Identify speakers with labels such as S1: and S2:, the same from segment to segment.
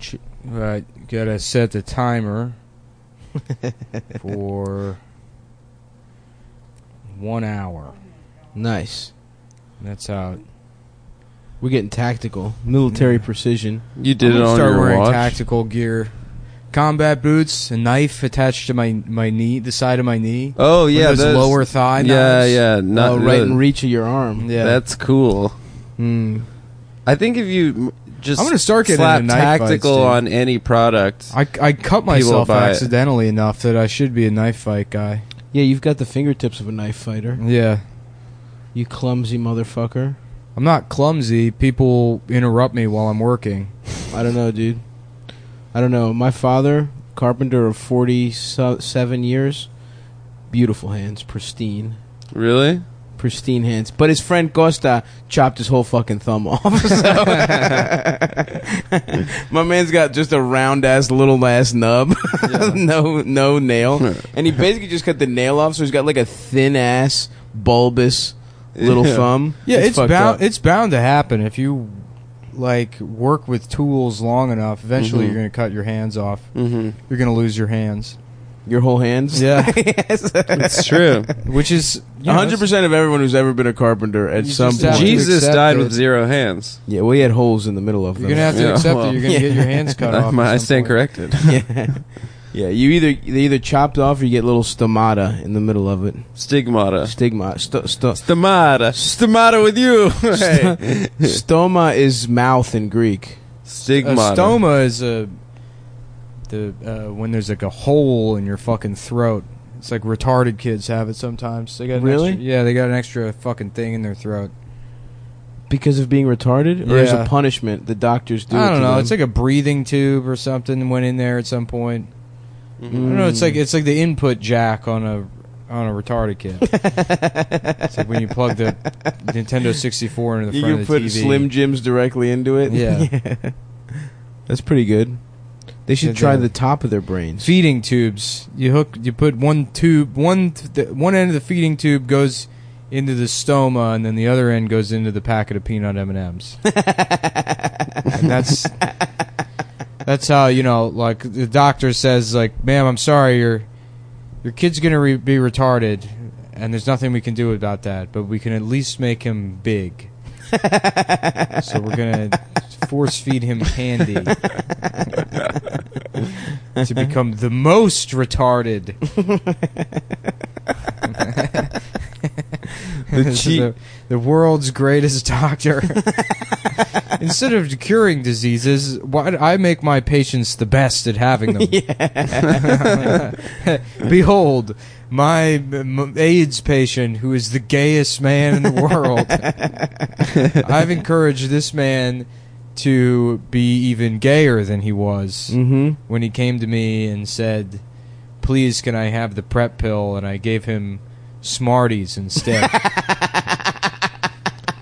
S1: Ch- uh, gotta set the timer for one hour.
S2: Nice.
S1: That's how.
S2: We're getting tactical, military precision.
S3: You did
S1: I'm
S3: it
S1: gonna
S3: on
S1: start
S3: your
S1: wearing
S3: watch.
S1: tactical gear, combat boots, a knife attached to my my knee, the side of my knee.
S3: Oh yeah,
S1: those
S3: those-
S1: lower thigh
S3: Yeah,
S1: knives.
S3: yeah, not
S2: oh, right
S3: good.
S2: in reach of your arm.
S1: Yeah.
S3: That's cool.
S2: Hmm.
S1: Mm.
S3: I think if you m- just
S1: I'm gonna start getting
S3: slap
S1: into knife bites,
S3: tactical
S1: dude.
S3: on any product.
S1: I, I cut myself
S3: buy it.
S1: accidentally enough that I should be a knife fight guy.
S2: Yeah, you've got the fingertips of a knife fighter.
S1: Yeah.
S2: You clumsy motherfucker.
S1: I'm not clumsy. People interrupt me while I'm working.
S2: I don't know, dude. I don't know. My father, carpenter of 47 years, beautiful hands, pristine.
S3: Really?
S2: Pristine hands. But his friend Costa chopped his whole fucking thumb off. So. My man's got just a round ass little ass nub. no no nail. And he basically just cut the nail off, so he's got like a thin ass, bulbous little
S3: Yeah.
S2: thumb.
S1: Yeah, it's,
S2: fucked
S1: bound
S2: up.
S1: it's bound to happen if you like work with tools long enough. Eventually,
S3: Mhm.
S1: you're going to cut your hands off.
S3: Mm-hmm.
S1: You're going to lose your hands,
S2: Your whole hands?
S1: Yeah.
S2: yes.
S3: It's true.
S1: which is you know,
S2: hundred percent of everyone who's ever been a carpenter at
S1: You
S2: some
S1: just have
S2: point.
S1: to
S3: Jesus
S1: accept
S3: died
S1: it.
S3: with zero hands.
S2: Yeah, we had holes in the middle of
S1: You're
S2: them.
S1: going to have to
S3: Yeah,
S1: accept
S3: well.
S1: that you're going to get your hands cut off.
S3: I,
S1: at
S3: I
S1: some
S3: stand
S1: point.
S3: corrected.
S2: yeah. yeah, you either they either chopped off or you get little stomata in the middle of it.
S3: Stigmata.
S2: Stigma. St- st-
S3: Stomata. Stomata with you. Hey.
S2: stoma is mouth in Greek.
S1: A
S3: Stigmata.
S1: stoma is a the uh, when there's like a hole in your fucking throat. It's like retarded kids have it sometimes. They got an
S2: Really?
S1: extra- yeah, they got an extra fucking thing in their throat.
S2: Because of being retarded, or as
S1: Yeah.
S2: a punishment, the doctors do.
S1: I don't
S2: it to
S1: know.
S2: Them.
S1: It's like a breathing tube or something went in there at some point. I
S3: Mhm.
S1: don't know. It's like it's like the input jack on a on a retarded kid. it's like when you plug the Nintendo 64 into the
S2: you
S1: front
S2: can
S1: of the
S2: put
S1: TV.
S2: Slim Jims directly into it.
S1: Yeah.
S2: that's pretty good. They should
S1: Yeah,
S2: try
S1: they-
S2: the top of their brains.
S1: feeding tubes. You hook. You put one tube. One th- the, one end of the feeding tube goes into the stoma, and then the other end goes into the packet of peanut M and M's. And that's that's how you know. Like the doctor says, like, "Ma'am, I'm sorry, your your kid's gonna re- be retarded, and there's nothing we can do about that, but we can at least make him big." so we're gonna force feed him candy to become the most retarded. This is
S3: cheat-
S1: the, the world's greatest doctor. Instead of curing diseases, why do I make my patients the best at having them? Behold, my m- AIDS patient, who is the gayest man in the world. I've encouraged this man to be even gayer than he was
S2: Mm-hmm.
S1: when he came to me and said, "Please, can I have the prep pill?" and I gave him Smarties instead.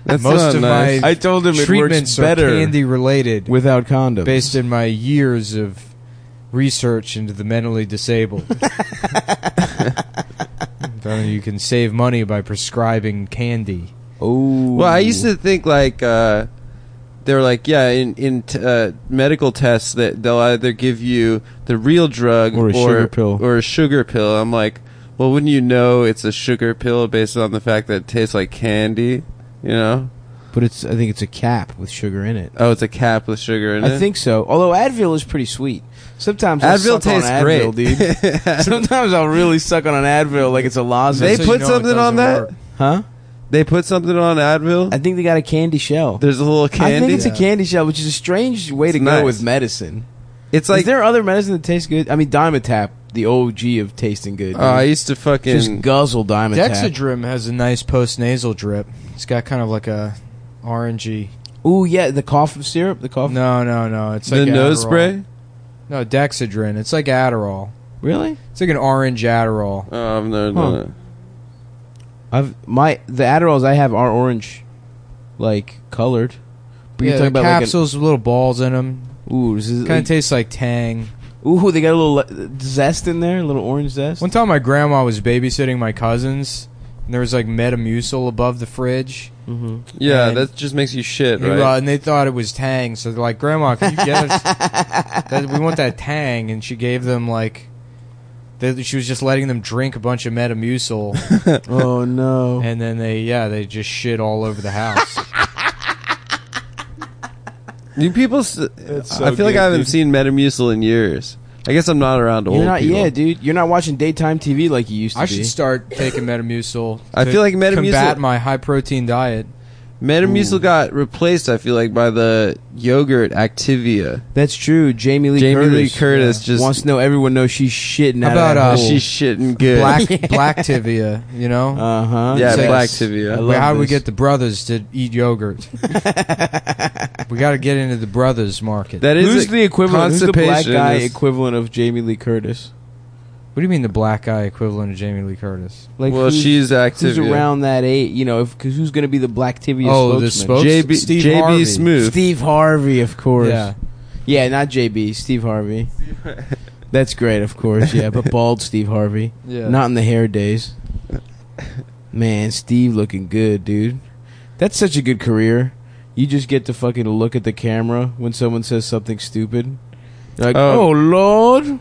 S3: That's
S1: most
S3: not
S1: of
S3: nice.
S1: my
S2: I told him it works
S1: Treatments are
S2: better
S1: candy related,
S2: without condoms.
S1: based in my years of research into the mentally disabled. Apparently you can save money by prescribing candy.
S2: oh,
S3: Well, I used to think like uh, they were like, yeah, in in t- uh, medical tests that they'll either give you the real drug
S2: Or a sugar pill.
S3: or a sugar pill. I'm like, well, wouldn't you know it's a sugar pill based on the fact that it tastes like candy? You know?
S2: but it's. I think it's a cap with sugar in it.
S3: Oh, it's a cap with sugar in it.
S2: I think so. Although Advil is pretty sweet. Sometimes I'll
S3: Advil
S2: suck on
S3: tastes
S2: Advil,
S3: great,
S2: dude. Sometimes I'll really suck on an Advil like it's a
S3: They
S2: lozenge.
S1: So you
S3: put
S1: know it
S3: something on
S1: doesn't
S3: that.
S1: work.
S2: huh?
S3: They put something on Advil.
S2: I think they got a candy shell.
S3: There's a little
S2: I
S3: candy.
S2: think it's a candy shell, which is a strange way
S3: It's
S2: to
S3: nice.
S2: go with medicine.
S3: It's
S2: Like,
S3: like
S2: is there other medicine that tastes good? I mean, Dimetap, the OG of tasting good.
S1: Uh,
S3: oh, I
S2: dude.
S3: used to fucking
S2: just guzzle Dimetap.
S1: Dexedrine has a nice post nasal drip. It's got kind of like a orangey.
S2: Ooh, yeah, the cough syrup, the cough.
S1: No, no, no. It's
S3: the
S1: like
S3: nose
S1: Adderall.
S3: spray.
S1: No, Dexedrine. It's like Adderall.
S2: Really?
S1: It's like an orange Adderall.
S3: Oh, I've never
S2: Huh.
S3: done it.
S2: I've my the Adderalls I have are orange, like colored. But
S1: yeah,
S2: you're talking
S1: the
S2: about
S1: capsules with little balls in them.
S2: like an, ooh, this is
S1: Kind of tastes like Tang.
S2: ooh, they got a little le- zest in there, a little orange zest.
S1: One time, my grandma was babysitting my cousins, and there was like Metamucil above the fridge,
S2: mm-hmm.
S3: Yeah,
S1: And-
S3: that just makes you shit,
S1: and,
S3: right?
S1: uh, and they thought it was Tang. So they're like, "Grandma, can you get us? that, we want that Tang." And she gave them like, they, she was just letting them drink a bunch of Metamucil,
S2: oh no!
S1: and then they, yeah, they just shit all over the house.
S3: You people, s I I feel like I haven't seen Metamucil in years. I guess I'm not around old
S2: You're not,
S3: people.
S2: yeah, dude. You're not watching daytime TV like you used to
S1: I
S2: be.
S1: should start taking Metamucil.
S3: I
S1: to
S3: feel like Metamucil-
S1: combat my high protein diet.
S2: Mm.
S3: Metamucil got replaced. I feel like by the yogurt Activia.
S2: That's true. Jamie Lee
S3: Jamie
S2: Curtis
S3: Lee Curtis just
S2: wants to know everyone knows she's shitting
S1: How
S2: out of
S1: about,
S2: that
S1: uh,
S2: hole.
S3: she's shitting good. Uh,
S1: Black black Tivia, you know.
S2: Uh-huh.
S1: Yes.
S3: yeah, black
S2: I
S3: Activia.
S2: love
S1: how do we
S2: this.
S1: get the brothers to eat yogurt? we got to get into the brothers market.
S3: That is
S2: Who's
S3: a-
S2: the equivalent? Who's the black
S3: constipation
S2: guy
S3: is-
S2: equivalent of Jamie Lee Curtis?
S1: what do you mean the black guy equivalent of Jamie Lee Curtis?
S2: Like,
S3: well,
S2: who's,
S3: she's
S2: who's
S3: Activia.
S2: around that eight? You know, because who's going to be the black Tivia?
S1: Oh, the
S2: spokesman?
S1: spokes-
S3: JB,
S1: Steve Harvey.
S3: JB Smooth.
S2: Steve Harvey, of course.
S1: Yeah.
S2: Yeah, not JB, Steve Harvey. That's great, of course. Yeah, but bald Steve Harvey.
S1: Yeah.
S2: Not in the hair days. Man, Steve looking good, dude. That's such a good career. You just get to fucking look at the camera when someone says something stupid. You're like,
S3: Oh.
S2: oh, Lord.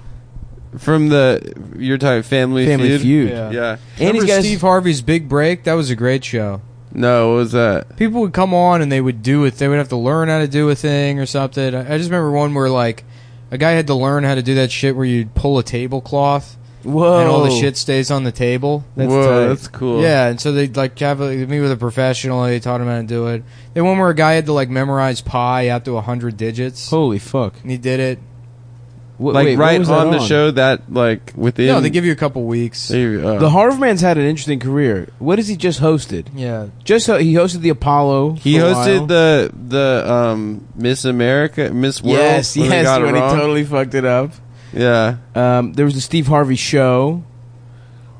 S3: from the you're talking Family,
S2: Family Feud.
S1: Yeah.
S3: Yeah.
S2: And he's
S1: Remember
S2: got a-
S1: Steve Harvey's Big Break? That was a great show.
S3: No, what was that?
S1: People would come on and they would do it. They would have to learn how to do a thing or something. I I just remember one where like a guy had to learn how to do that shit where you'd pull a tablecloth
S2: Whoa.
S1: and all the shit stays on the table.
S2: That's
S3: Whoa,
S2: tight.
S3: that's cool.
S1: Yeah, and so they like have a, meet with a professional. They taught him how to do it. Then one where a guy had to like memorize pi out to hundred digits,
S2: Holy fuck.
S1: and he did it.
S2: Wh-
S3: Like
S2: wait, what
S3: right
S2: was that
S3: on the show that like within.
S1: no, they give you a couple weeks.
S3: They- oh.
S2: The Harv Man's had an interesting career. What has he just hosted?
S1: yeah,
S2: Just ho- he hosted the Apollo.
S3: He
S2: for a
S3: hosted
S2: while.
S3: the the um Miss America Miss World.
S2: yes,
S3: when they
S2: yes,
S3: got it
S2: when he
S3: wrong.
S2: totally fucked it up.
S3: yeah.
S2: Um, there was the Steve Harvey Show.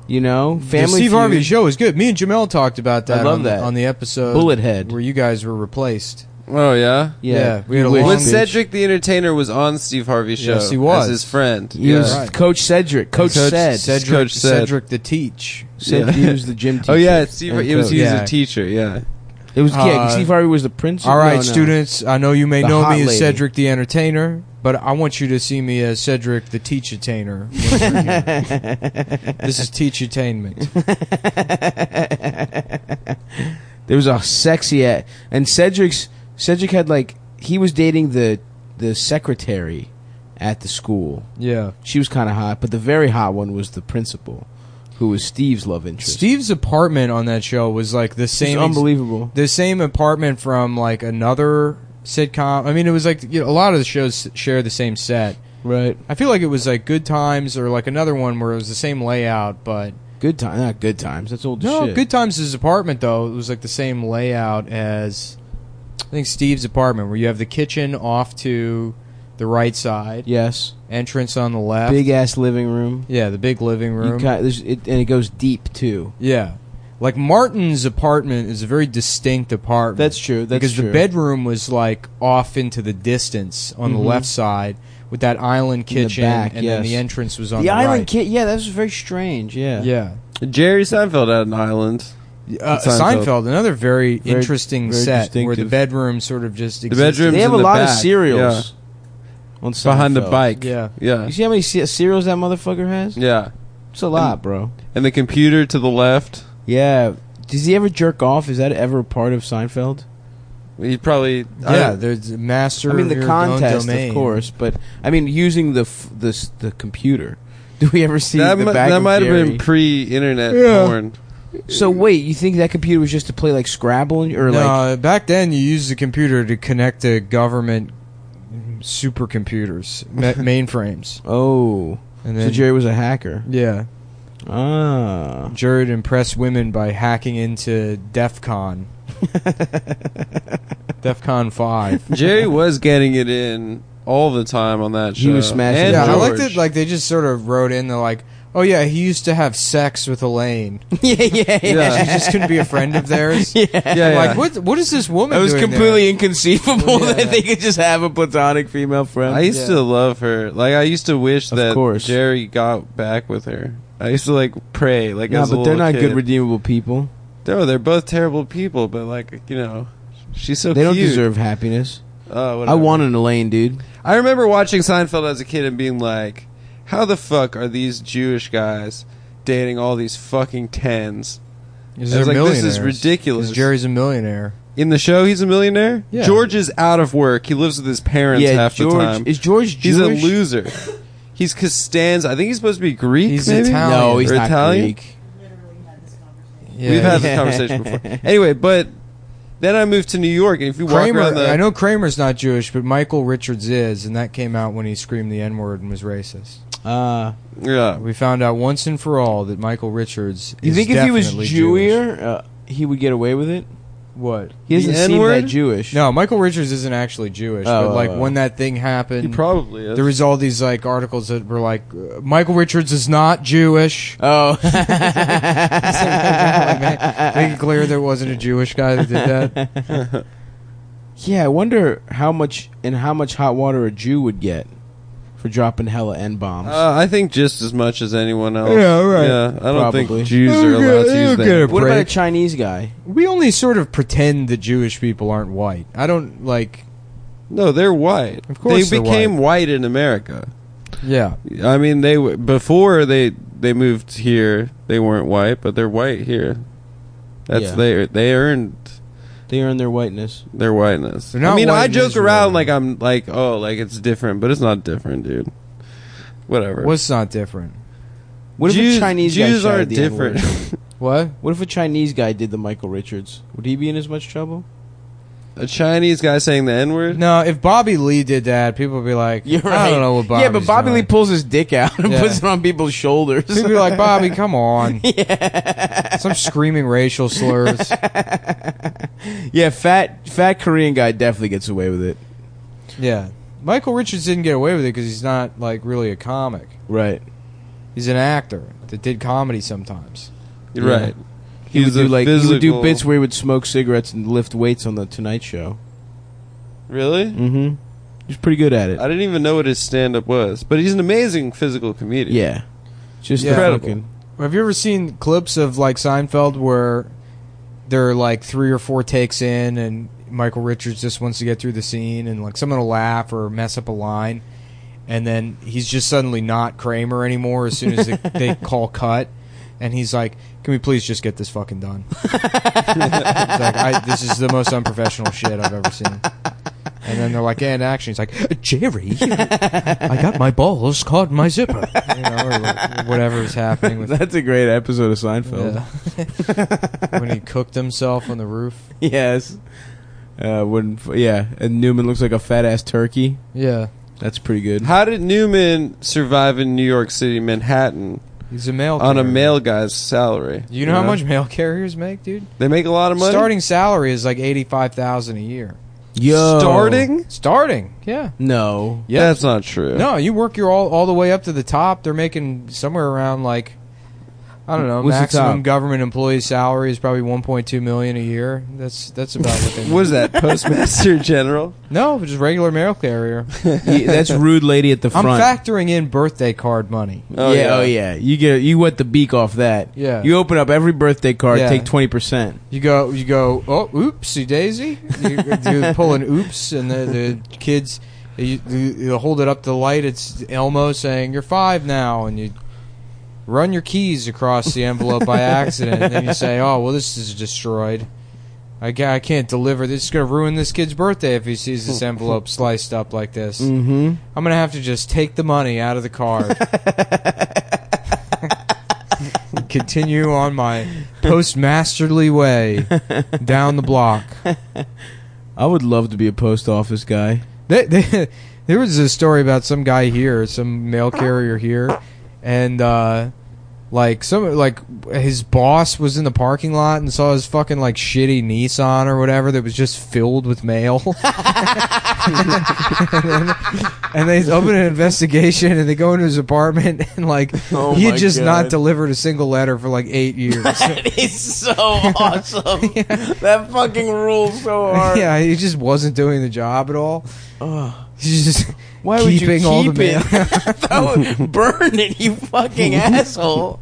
S2: You know, Family
S1: the Steve
S2: Feud,
S1: Harvey show was good. Me and Jamel talked about
S2: I
S1: that,
S2: love
S1: on, the-
S2: that.
S1: on the episode
S2: Bullet Head.
S1: where you guys were replaced.
S3: Oh yeah.
S2: Yeah,
S1: Yeah, we had a
S2: You wish,
S1: long-
S3: When
S2: bitch.
S3: Cedric the Entertainer was on Steve Harvey's show,
S1: Yes, he was.
S3: as his friend.
S2: He
S3: Yeah.
S2: was
S1: Right.
S2: Coach Cedric. Coach,
S3: Coach
S2: Ced.
S3: Ced-
S1: Cedric,
S3: Coach Ced.
S1: Cedric the Teach.
S2: Ced-
S3: Yeah.
S2: He was the gym teacher.
S3: Oh yeah, it's Steve.
S2: and
S3: It was
S2: coach.
S3: he was
S1: Yeah.
S3: a teacher. Yeah.
S2: It was yeah.
S1: Uh,
S2: Steve Harvey was the principal.
S1: All right,
S2: no, no.
S1: students, I know you may
S2: The
S1: know
S2: hot
S1: me as
S2: lady.
S1: Cedric the Entertainer, but I want you to see me as Cedric the Teach Attainer. when we're here. this is Teach Attainment.
S2: There was a sexy at and Cedric's Cedric had like he was dating the the secretary at the school.
S1: Yeah.
S2: She was kind of hot, but the very hot one was the principal, who was Steve's love interest.
S1: Steve's apartment on that show was like the
S2: It's
S1: same ex-
S2: unbelievable.
S1: the same apartment from like another sitcom. I mean, it was like you know, a lot of the shows share the same set.
S2: Right.
S1: I feel like it was like Good Times or like another one where it was the same layout, but
S2: Good time. Not good times. That's old as
S1: no,
S2: shit.
S1: Good Times' is apartment though it was like the same layout as I think Steve's apartment, where you have the kitchen off to the right side,
S2: Yes.
S1: entrance on the left,
S2: Big ass living room.
S1: yeah, the big living
S2: You
S1: room,
S2: ki- there's- it, and it goes deep too.
S1: yeah. Like Martin's apartment is a very distinct apartment.
S2: That's true. That's
S1: because
S2: true.
S1: the bedroom was like off into the distance on the
S2: Mhm.
S1: left side with that island
S2: In the
S1: kitchen,
S2: back,
S1: and then
S2: yes.
S1: the entrance was
S2: the,
S1: on the,
S2: island
S1: right.
S2: kid. Yeah, that was very strange. Yeah.
S1: Yeah,
S3: Jerry Seinfeld had an island.
S1: uh, Seinfeld.
S3: Seinfeld.
S1: another very,
S2: Very-
S1: interesting
S2: very
S1: set where the
S2: distinctive.
S1: bedroom sort of just
S3: The
S1: existed.
S3: bedroom
S2: They have a
S3: in the
S2: lot of
S3: back.
S2: cereals. On
S3: Yeah. behind the
S2: Seinfeld.
S3: bike.
S1: Yeah.
S3: Yeah.
S2: You see how many ce- cereals that motherfucker has?
S3: Yeah.
S2: It's a lot, bro.
S3: And the computer to the left.
S2: Yeah. Does he ever jerk off? Is that ever a part of Seinfeld?
S3: He probably
S1: Yeah,
S3: I-
S1: there's a master.
S2: I mean,
S1: of
S2: the
S1: your own
S2: contest,
S1: domain.
S2: of course, but I mean, using the f- the s- the computer. Do we ever see
S3: that
S2: the
S3: mi-
S2: back
S3: that
S2: of
S3: might have
S2: Jerry?
S3: been pre-internet
S1: Yeah.
S3: porn.
S2: So wait, you think that computer was just to play like Scrabble
S1: No,
S2: or like?
S1: back then you used the computer to connect to government supercomputers, ma- mainframes,
S2: Oh,
S1: and
S2: so
S1: then
S2: Jerry was a hacker.
S1: yeah,
S2: Ah,
S1: Jared impressed women by hacking into DEF CON. DefCon Five.
S3: Jerry was getting it in all the time on that show.
S2: He was smashing
S3: And
S2: it.
S1: yeah, I
S3: George.
S1: liked it. Like they just sort of wrote in. They're like, "Oh yeah, he used to have sex with Elaine.
S2: yeah, yeah,
S3: Yeah.
S1: She just couldn't be a friend of theirs."
S3: yeah,
S1: I'm
S3: yeah.
S1: Like what? What is this woman?
S2: It was
S1: doing
S2: completely inconceivable
S1: Yeah.
S2: that they could just have a platonic female friend.
S3: I used to love her. Like I used to wish
S2: Of
S3: that
S2: course.
S3: Jerry got back with her. I used to like pray. Like
S2: no,
S3: as a
S2: but they're
S3: little
S2: not
S3: kid.
S2: good redeemable people.
S3: No, they're both terrible people. But like you know, she's so
S2: they don't
S3: cute.
S2: deserve happiness.
S3: Oh,
S2: I
S3: whatever.
S2: want an Elaine, dude.
S3: I remember watching Seinfeld as a kid and being like, "How the fuck are these Jewish guys dating all these fucking tens?
S1: There. Is
S3: I was
S1: there
S3: like, this is
S1: millionaires?
S3: ridiculous.
S1: 'Cause Jerry's a millionaire.
S3: In the show, he's a millionaire.
S1: Yeah.
S3: George is out of work. He lives with his parents
S2: yeah,
S3: half
S2: George
S3: the time.
S2: is George
S3: he's
S2: Jewish?
S3: a loser. He's Costanza. I think he's supposed to be Greek.
S1: He's
S3: maybe?
S1: Italian.
S2: No, he's
S3: Or
S2: not
S3: Italian?
S2: Greek.
S1: Yeah.
S3: We've had this
S2: Yeah.
S3: conversation before. Anyway, but then I moved to New York, and if you walk
S1: Kramer.
S3: around the,
S1: I know Kramer's not Jewish, but Michael Richards is, and that came out when he screamed the N word and was racist.
S2: Uh,
S3: yeah,
S1: We found out once and for all that Michael Richards.
S2: you
S1: is
S2: think if he was
S1: definitely Jewish.
S2: Jewier, uh, he would get away with it?
S1: What?
S2: He doesn't
S3: The
S2: seem
S3: N-word?
S2: that Jewish.
S1: No, Michael Richards isn't actually Jewish, but
S2: Oh.
S1: like when that thing
S3: he
S1: happened,
S3: probably is.
S1: there was all these like articles that were like uh, Michael Richards is not Jewish.
S2: Oh.
S1: Make it clear there wasn't a Jewish guy that did that.
S2: yeah, I wonder how much and how much hot water a Jew would get for dropping hella n bombs.
S3: Uh, I think just as much as anyone else.
S1: Yeah, right.
S3: Yeah, I don't
S2: Probably.
S3: think Jews are
S1: Okay,
S3: allowed to use
S1: okay.
S3: that.
S2: what about a
S1: break.
S2: Chinese guy?
S1: We only sort of pretend that Jewish people aren't white. I don't like.
S3: No, they're white.
S1: Of course
S3: they
S1: they're
S3: became white. in America.
S1: Yeah,
S3: I mean, they w- before they they moved here, they weren't white, but they're white here. That's
S2: Yeah.
S3: they they earned
S2: They earn their whiteness.
S3: their whiteness.
S1: They're not
S3: I mean,
S1: white
S3: I
S1: in
S3: joke
S1: Israel.
S3: around like I'm like oh like it's different, but it's not different, dude. Whatever.
S1: what's not different?
S2: What
S3: Jews,
S2: if a Chinese guy
S3: Jews
S2: shouted
S3: are
S2: the N-word?
S3: different?
S1: What?
S2: What if a Chinese guy did the Michael Richards? Would he be in as much trouble?
S3: a Chinese guy saying the N word.
S1: No, if Bobby Lee did that, people would be like, I don't know what Bobby.
S2: yeah, but Bobby Lee pulls his dick out and
S1: Yeah.
S2: puts it on people's shoulders.
S1: People be like, Bobby, come on. Some screaming racial slurs.
S2: yeah, fat fat Korean guy definitely gets away with it.
S1: Yeah. Michael Richards didn't get away with it because he's not, like, really a comic.
S2: Right.
S1: He's an actor that did comedy sometimes.
S3: You're right.
S2: He would
S3: He's a
S2: do like he would do
S3: physical-
S2: bits where he would smoke cigarettes and lift weights on the Tonight Show.
S3: Really?
S2: Mm-hmm. He's pretty good at it.
S3: I didn't even know what his stand up was, but he's an amazing physical comedian.
S2: yeah. Just
S1: Yeah.
S2: incredible.
S3: Incredible.
S1: Have you ever seen clips of, like, Seinfeld where there are, like, three or four takes in and Michael Richards just wants to get through the scene and, like, someone will laugh or mess up a line and then he's just suddenly not Kramer anymore as soon as they, they call cut. And he's like, "Can we please just get this fucking done?" He's like, I, "This is the most unprofessional shit I've ever seen." And then they're like, "Yeah, in action." He's like, "Jerry, I got my balls caught in my zipper," you know, or like, whatever was happening with
S2: That's a great episode of Seinfeld.
S1: yeah. when he cooked himself on the roof.
S2: Yes. Uh, when yeah, and Newman looks like a fat ass turkey.
S1: Yeah,
S2: That's pretty good.
S3: How did Newman survive in New York City, Manhattan,
S1: he's a mail
S3: on a
S1: carrier.
S3: male guy's salary?
S1: You know how much mail carriers make, dude?
S3: they make a lot of money.
S1: Starting salary is like eighty five thousand a year.
S2: Yo.
S3: Oh. starting?
S1: Starting, yeah.
S2: No.
S3: Yeah, that's not true.
S1: No, you work your all all the way up to the top. They're making somewhere around like I don't know.
S2: What's the
S1: maximum
S2: top?
S1: government employee salary is probably 1.2 million a year. That's that's about what they.
S3: What is that? Postmaster General?
S1: No, just regular mail carrier.
S2: Yeah, that's rude lady at the
S1: I'm
S2: front.
S1: factoring in birthday card money.
S3: Oh,
S2: yeah,
S3: yeah.
S2: oh yeah. You get you wet the beak off that.
S1: Yeah.
S2: You open up every birthday card,
S1: Yeah.
S2: take twenty percent.
S1: You go, you go. Oh, oopsie daisy! You, you pull an oops, and the, the kids, you, you you hold it up to the light. It's Elmo saying, "You're five now," and you run your keys across the envelope by accident. and then you say, "Oh, well, this is destroyed. I ca- I can't deliver. This is gonna ruin this kid's birthday if he sees this envelope sliced up like this.
S2: Mm-hmm.
S1: I'm gonna have to just take the money out of the card." Continue on my postmasterly way down the block.
S2: I would love to be a post office guy.
S1: They, they, there was a story about some guy here, some mail carrier here, and uh, Like some like his boss was in the parking lot and saw his fucking like shitty Nissan or whatever that was just filled with mail. and they open an investigation and they go into his apartment and like
S2: Oh
S1: he
S2: my
S1: had just
S2: God.
S1: not delivered a single letter for like eight years.
S2: That is so awesome. That fucking rules so hard.
S1: yeah, he just wasn't doing the job at all.
S2: Ugh.
S1: He's just
S2: Why would you
S1: keeping all the
S2: keep it?
S1: mail.
S2: That would burn it, you fucking asshole.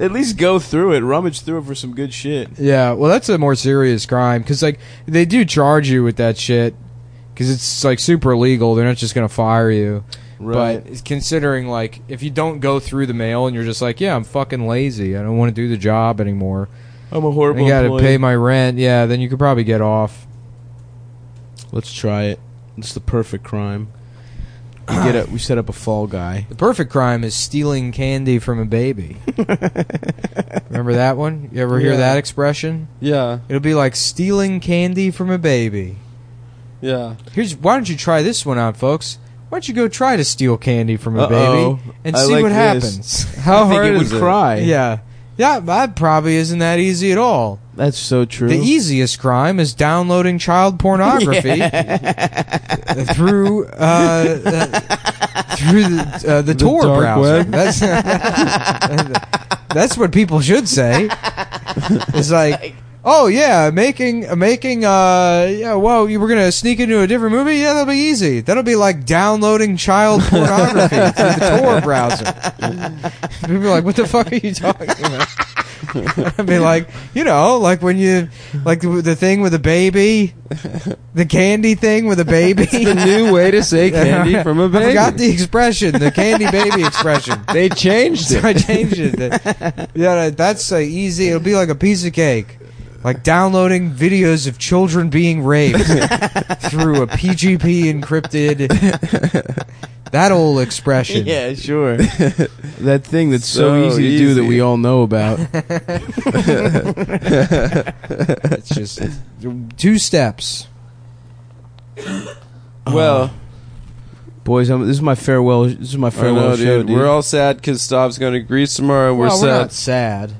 S2: At least go through it, rummage through it for some good shit.
S1: Yeah, well, that's a more serious crime because like they do charge you with that shit because it's like super illegal. They're not just gonna fire you.
S2: Right.
S1: But considering like if you don't go through the mail and you're just like, yeah, I'm fucking lazy. I don't want to do the job anymore.
S2: I'm a
S1: I
S2: horrible
S1: got to pay my rent. Yeah, then you could probably get off.
S2: Let's try it. It's the perfect crime. We get a, we set up a fall guy.
S1: The perfect crime is stealing candy from a baby. Remember that one? You ever hear
S3: Yeah.
S1: that expression?
S3: Yeah,
S1: It'll be like stealing candy from a baby.
S3: yeah.
S1: Here's why don't you try this one out, folks? Why don't you go try to steal candy from a
S2: Uh-oh.
S1: baby and
S2: I
S1: see
S2: like
S1: what
S2: this.
S1: happens? How
S2: I think
S1: hard
S2: it would
S1: is
S2: cry.
S1: Yeah, yeah, that probably isn't that easy at all.
S2: That's so true.
S1: The easiest crime is downloading child pornography through uh, uh, through the, uh, the, Tor
S3: dark
S1: browser.
S3: web.
S1: That's that's what people should say. It's like. Oh yeah, making making uh yeah, well, you were going to sneak into a different movie? Yeah, that'll be easy. That'll be like downloading child pornography through the Tor browser. People are like, "What the fuck are you talking about?" I'd be like, you know, like when you, like the, the thing with a baby, the candy thing with a baby.
S3: The new way to say candy from a
S1: I
S3: baby.
S1: forgot the expression, the candy baby expression.
S3: they changed
S1: So
S3: it.
S1: I changed it. That- Yeah, that's uh, easy. It'll be like a piece of cake. Like downloading videos of children being raped through a PGP encrypted. That old expression.
S2: yeah, sure. that thing that's
S3: So
S2: so, easy to do that
S3: easy.
S2: we all know about.
S1: It's just two steps.
S3: Well,
S2: Boys, I'm, this is my farewell. This is my
S3: I
S2: farewell
S3: know,
S2: show,
S3: dude.
S2: dude.
S3: We're all sad because Stav's going to Greece tomorrow. We're
S1: well, we're not
S3: sad.
S1: sad.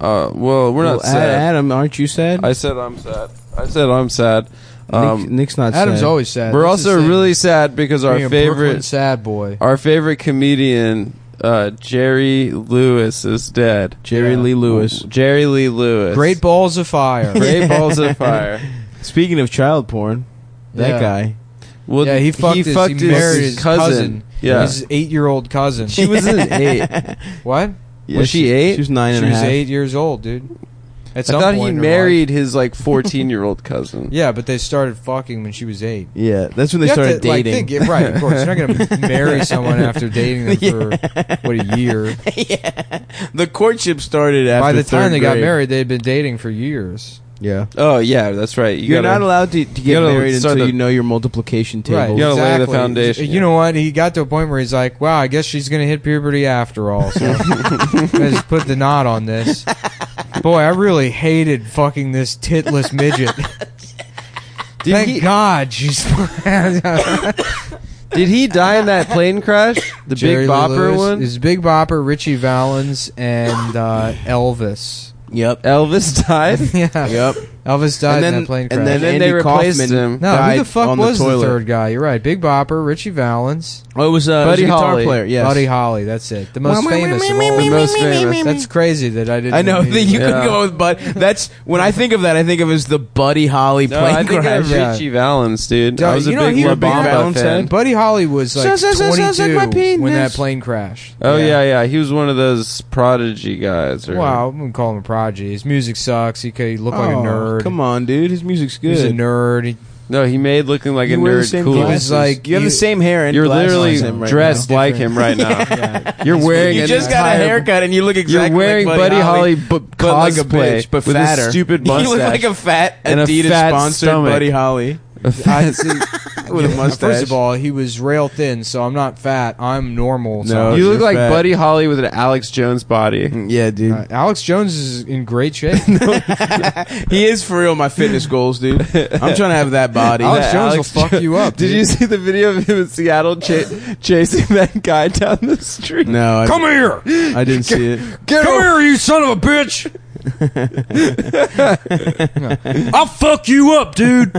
S3: uh, well, we're not
S2: Well, Ad-
S3: sad.
S2: Adam, aren't you sad?
S3: I said I'm sad. I said I'm sad.
S2: Nick,
S3: Um,
S2: Nick's not.
S1: Adam's
S2: sad.
S1: always sad.
S3: we're
S1: That's his
S3: also
S1: thing.
S3: really sad because our
S1: Being a Brooklyn
S3: favorite
S1: sad boy.
S3: our favorite comedian uh, Jerry Lewis is dead.
S2: Jerry
S1: Yeah.
S2: Lee Lewis.
S3: Jerry Lee Lewis.
S1: Great balls of fire.
S3: Great balls of fire.
S2: Speaking of child porn, that
S1: Yeah.
S2: guy.
S3: Well,
S1: yeah, he fucked, his, he married his cousin.
S3: Yeah.
S1: his eight-year-old cousin.
S3: she was an eight.
S1: what?
S3: Was she, eight?
S2: She was nine
S1: She
S2: and a
S1: was
S2: half.
S1: eight years old, dude. At
S3: I
S1: some
S3: thought
S1: point
S3: he
S1: in her
S3: married his like fourteen year old cousin.
S1: life- Yeah, but they started fucking when she was eight.
S2: Yeah, that's when they
S1: You have
S2: started
S1: to, like,
S2: dating.
S1: think- yeah, right, of course. You're not going to marry someone after dating them for what a year.
S2: the courtship started after.
S1: By the time
S2: third
S1: they got
S2: grade.
S1: married, they had been dating for years.
S2: yeah,
S3: Oh yeah, that's right. You
S2: you are
S3: gotta-
S2: not allowed to, to get
S3: gotta
S2: married
S3: start
S2: until
S3: the-
S2: you know your multiplication
S1: Right,
S2: table.
S3: You gotta lay the
S1: exactly.
S3: foundation,
S1: You
S3: yeah.
S1: know what? He got to a point where he's like, "Wow, I guess she's gonna hit puberty after all." So I just put the knot on this. Boy, I really hated fucking this titless midget.
S3: Did
S1: Thank
S3: he-
S1: God she's
S3: Did he die in that plane crash? The
S1: Jerry
S3: Big
S1: Lee
S3: Bopper
S1: Lewis
S3: one.
S1: Is Big Bopper, Richie Valens, and uh, Elvis.
S2: Yep.
S3: Elvis died.
S1: yeah,
S2: Yep.
S1: Elvis died
S2: And then-
S1: in that plane
S2: and
S1: crash.
S3: And then they
S2: Andy
S3: replaced
S2: Kaufman
S3: him.
S1: no, who
S2: died
S1: the fuck
S2: on the
S1: was the,
S2: toilet.
S1: third guy? You're right. Big Bopper, Richie Valens,
S2: Oh, it was, uh, it was
S3: Buddy
S2: a guitar
S3: Holly.
S2: player. Yes.
S1: Buddy Holly. That's it. The most famous. of all.
S3: The most famous.
S1: That's crazy that I didn't.
S2: I know that
S1: immediately-
S2: you
S3: Yeah.
S2: could go with Bud. That's when I think of that. I think of it as the Buddy Holly
S3: No,
S2: plane
S3: I think
S2: crash.
S3: of
S1: Yeah.
S3: Richie Valens, dude.
S1: Yeah,
S3: I was
S1: you
S3: a
S1: know,
S3: big
S1: he
S3: La
S1: would be
S3: Bamba
S2: Valens
S3: fan.
S2: head.
S1: Buddy Holly was like
S2: Sounds- sounds- sounds
S1: 22
S2: like my penis.
S1: when that plane crashed.
S3: Oh yeah. yeah, He was one of those prodigy guys. Or,
S1: Wow, I wouldn't call him a prodigy. His music sucks. He, could, he looked like a
S2: Oh,
S1: nerd.
S2: Come on, dude. His musicic's
S1: He
S2: good.
S1: was a nerd. He,
S3: No, he made looking like
S2: You
S3: a
S2: wear the
S3: nerd.
S2: same
S3: cool.
S1: He was
S2: glasses.
S1: like-
S2: you have the
S1: you-
S2: same hair and
S3: You're
S2: glasses
S3: literally
S2: on him right
S3: dressed
S2: now.
S3: like him right now. You're wearing.
S2: You
S3: an
S2: just got a
S3: entire-
S2: haircut and you look exactly
S3: You're wearing
S2: like
S3: Buddy Holly, bu-
S2: but like a
S3: cosplay
S2: bitch, but
S3: with
S2: fatter.
S3: a stupid
S2: You
S3: mustache.
S2: look like a fat
S3: and a
S2: Adidas
S3: fat
S2: sponsored
S3: stomach.
S2: Buddy Holly.
S3: A fat- with a
S1: Yeah,
S3: mustache.
S1: First of all, he was rail thin, so I'm not fat. I'm normal.
S2: No,
S1: So
S3: you look
S2: you're
S3: like
S2: fat.
S3: Buddy Holly with an Alex Jones body.
S2: Yeah, dude.
S1: Uh, Alex Jones is in great shape.
S2: He is for real my fitness goals, dude. I'm trying to have that body.
S1: Alex
S3: That
S1: Jones
S3: Alex
S1: will fuck you up.
S3: Did
S1: dude.
S3: you see the video of him in Seattle cha- chasing that guy down the street?
S2: No, I,
S1: Come here,
S2: I didn't see it.
S3: Get
S1: come
S3: over-
S1: here, you son of a bitch! I'll fuck you up, dude.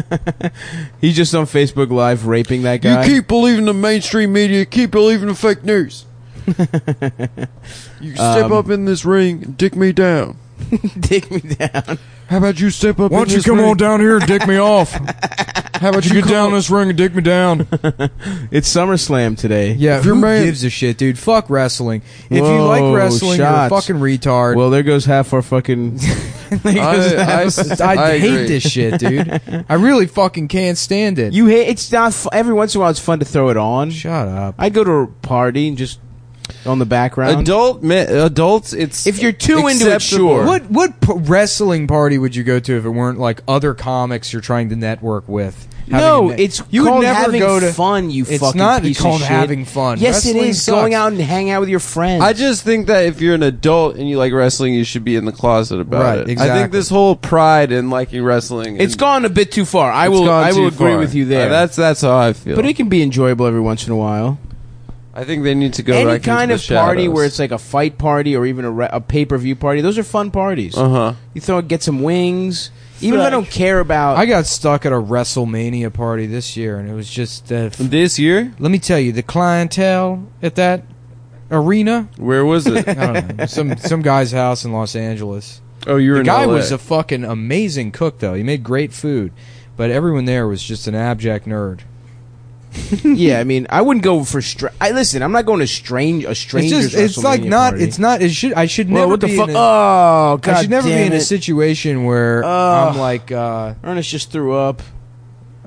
S2: He's just on Facebook Live raping that guy.
S3: believing the mainstream media. Keep believing the fake news. you step
S2: Um,
S3: up in this ring, and dick me down.
S2: dick me down.
S3: How about you step up?
S1: Why don't
S3: in
S1: you
S3: this
S1: come
S3: ring?
S1: on down here and dick me off? How about you, get down this ring and dick me down?
S2: It's SummerSlam today.
S1: Yeah,
S3: If you're
S1: who
S3: man-
S1: gives a shit, dude? Fuck wrestling. If you
S2: Whoa,
S1: like wrestling,
S2: shots.
S1: you're a fucking retard.
S2: Well, there goes half our fucking.
S3: I- I-
S1: I,
S3: I
S1: hate
S3: agree.
S1: this shit, dude. I really fucking can't stand it.
S2: you hate. It's not. F- every once in a while, it's fun to throw it on.
S1: shut up.
S2: I go to a party and just on the background.
S3: Adult me- adults, it's
S2: If you're too into it,
S3: acceptable.
S2: sure.
S1: What what p- wrestling party would you go to if it weren't like other comics you're trying to network with? Having
S2: No,
S1: a net-
S2: it's you called having fun. You
S1: It's
S2: fucking
S1: not
S2: piece
S1: called
S2: of shit.
S1: having fun.
S2: Yes, it
S1: Wrestling
S2: is
S1: sucks.
S2: going out and hang out with your friends.
S3: I just think that if you're an adult and you like wrestling, you should be in the closet about
S1: Right,
S3: it. I think
S1: exactly.
S3: this whole pride in liking wrestling,
S2: it's
S3: and-
S2: gone a bit too far. I
S3: it's
S2: will.
S3: gone
S2: I
S3: too
S2: will agree
S3: far.
S2: with you there.
S3: Uh, that's that's how I feel.
S2: but it can be enjoyable every once in a while.
S3: I think they need to go
S2: Any
S3: back
S2: kind
S3: into
S2: of
S3: the
S2: party
S3: shadows.
S2: where it's like a fight party or even a, re- a pay per view party. Those are fun parties.
S1: Uh-huh.
S3: uh huh.
S2: You throw get some wings. Even if I
S3: Fuck.
S2: don't care about,
S1: I got stuck at a WrestleMania party this year, and it was just. Uh, f-
S3: This year,
S1: let me tell you, the clientele at that arena.
S3: where was
S1: I
S3: it?
S1: don't know, some some guy's house in Los Angeles.
S3: oh, you were
S1: The
S3: in
S1: guy
S3: LA.
S1: was a fucking amazing cook, though. He made great food, but everyone there was just an abject nerd.
S2: yeah, I mean, I wouldn't go for. Stra- I listen. I'm not going to strange a
S1: It's
S2: stranger's.
S1: just, it's like
S2: WrestleMania
S1: not,
S2: party.
S1: it's not. It should, I should
S2: Well,
S1: never
S2: what the
S1: be
S2: fuck?
S1: in a-
S2: oh god,
S1: I should never be
S2: damn
S1: in a
S2: it.
S1: situation where
S2: Ugh.
S1: I'm like, uh,
S2: Ernest just threw up.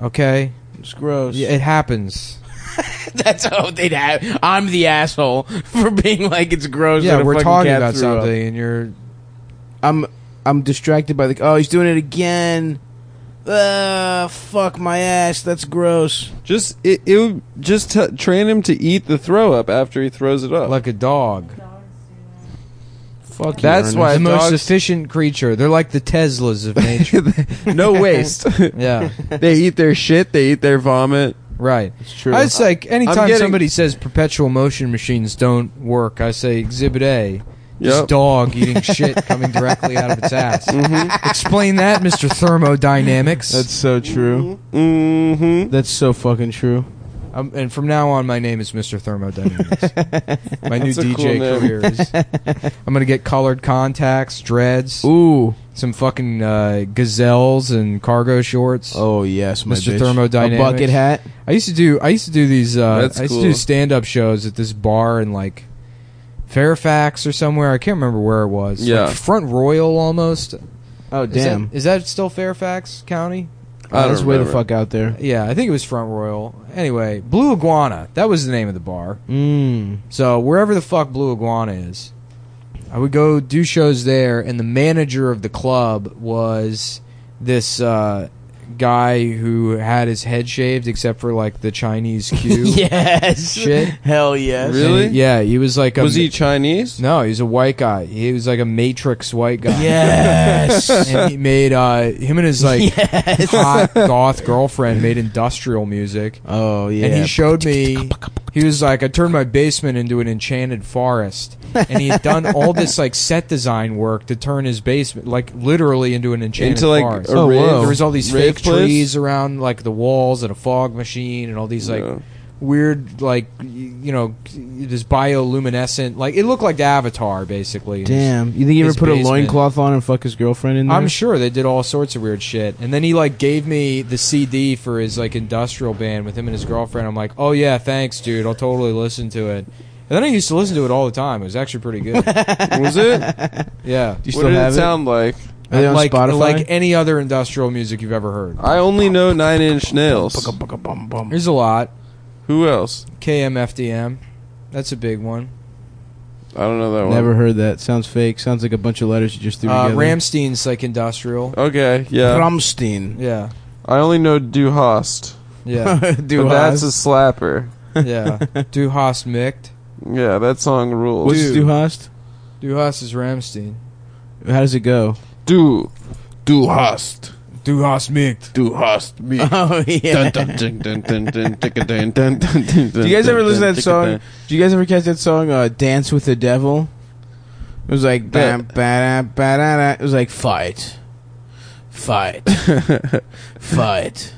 S1: okay,
S2: It's gross.
S1: yeah, it happens.
S2: That's how they'd have. I'm the asshole for being like it's gross. that
S1: yeah,
S2: a
S1: we're
S2: fucking
S1: talking
S2: cat
S1: about
S2: threw up.
S1: something, and you're
S2: I'm I'm distracted by the. Oh, he's doing it again. Uh, fuck my ass. That's gross.
S3: Just it, it would just t- train him to eat the throw up after he throws it up.
S1: like a dog.
S2: Fuck. you,
S3: That's why-
S2: Ernest.
S1: the most
S3: dogs-
S1: efficient creature. They're like the Teslas of nature.
S3: no waste.
S1: yeah,
S3: they eat their shit. They eat their vomit.
S1: right.
S2: It's true.
S1: I just like anytime
S3: getting-
S1: somebody says perpetual motion machines don't work, I say Exhibit A. This
S3: Yep.
S1: dog eating shit coming directly out of its ass.
S3: Mm-hmm.
S1: Explain that, Mr. Thermodynamics.
S2: That's so true.
S3: Mm-hmm.
S2: That's so fucking true.
S1: Um, and from now on, my name is Mr. Thermodynamics. my new
S3: That's a
S1: DJ
S3: cool name.
S1: career is. I'm gonna get colored contacts, dreads,
S2: Ooh.
S1: some fucking uh, gazelles and cargo shorts.
S2: Oh yes, my
S1: Mr.
S2: bitch.
S1: Thermodynamics.
S2: A bucket hat.
S1: I used to do. I used to do these. Uh,
S3: That's
S1: I used
S3: cool.
S1: to do stand-up shows at this bar in like Fairfax or somewhere. I can't remember where it was. Like,
S3: Yeah.
S1: Front Royal almost.
S2: Oh
S1: Is that-
S2: damn.
S1: is that still Fairfax County?
S3: I
S2: that's
S3: don't
S2: way oh, the
S3: remember.
S2: fuck out there.
S1: Yeah, I think it was Front Royal. Anyway, Blue Iguana. That was the name of the bar.
S2: Mm.
S1: So wherever the fuck Blue Iguana is, I would go do shows there, and the manager of the club was this uh, guy who had his head shaved except for like the Chinese Q.
S2: Yes.
S1: Shit.
S2: Hell yes.
S3: Really?
S1: And he- yeah, he was like a
S3: Was he Chinese?
S1: No, he was a white guy. He was like a Matrix white guy.
S2: Yes.
S1: And he made uh, him and his like hot goth girlfriend made industrial music.
S2: oh yeah.
S1: And he showed me. He was like, I turned my basement into an enchanted forest, and he had done all this like set design work to turn his basement like literally into an enchanted
S3: Into like
S1: forest.
S3: a Oh, rave- whoa.
S1: there was all these
S3: rave
S1: fake
S3: place?
S1: trees around like the walls and a fog machine and all these like
S3: No.
S1: weird like y- you know this bioluminescent like it looked like Avatar basically.
S2: Damn. You think he ever
S1: his
S2: put a
S1: basement.
S2: loincloth on and fuck his girlfriend in there?
S1: I'm sure they did all sorts of weird shit. And then he like gave me the CD for his like industrial band with him and his girlfriend. I'm like, oh yeah, thanks, dude. I'll totally listen to it. And then I used to listen to it all the time. It was actually pretty good.
S3: Was it?
S1: Yeah,
S2: Do you
S3: what
S2: still
S3: did
S2: have
S3: it
S2: it?
S3: sound like?
S2: Are they on
S1: like
S2: Spotify?
S1: like any other industrial music you've ever heard.
S3: I only know Nine Inch Nails.
S1: There's a lot.
S3: Who else?
S1: KMFDM, that's a big one.
S3: I don't know that one.
S2: Never heard that. Sounds fake. Sounds like a bunch of letters you just threw
S1: Uh,
S2: together.
S1: Ramstein's like industrial.
S3: Okay. Yeah.
S2: Rammstein.
S1: Yeah,
S3: I only know Du Hast.
S1: Yeah,
S3: but
S2: Dude,
S3: that's a slapper.
S1: yeah. Du Hast Micht.
S3: Yeah, that song rules.
S2: what's
S1: Dude.
S2: Du Hast?
S1: Du Hast is Ramstein.
S2: How does it go?
S3: Du. Du Hast.
S1: Du Hast Micht.
S3: Du Hast me.
S2: Oh yeah.
S3: Do
S2: Do you guys ever listen to that song? Do you guys ever catch that song, uh, "Dance with the Devil"? It was like
S3: Yeah.
S2: bam, ba-da, ba-da-da. It was like fight, fight, fight,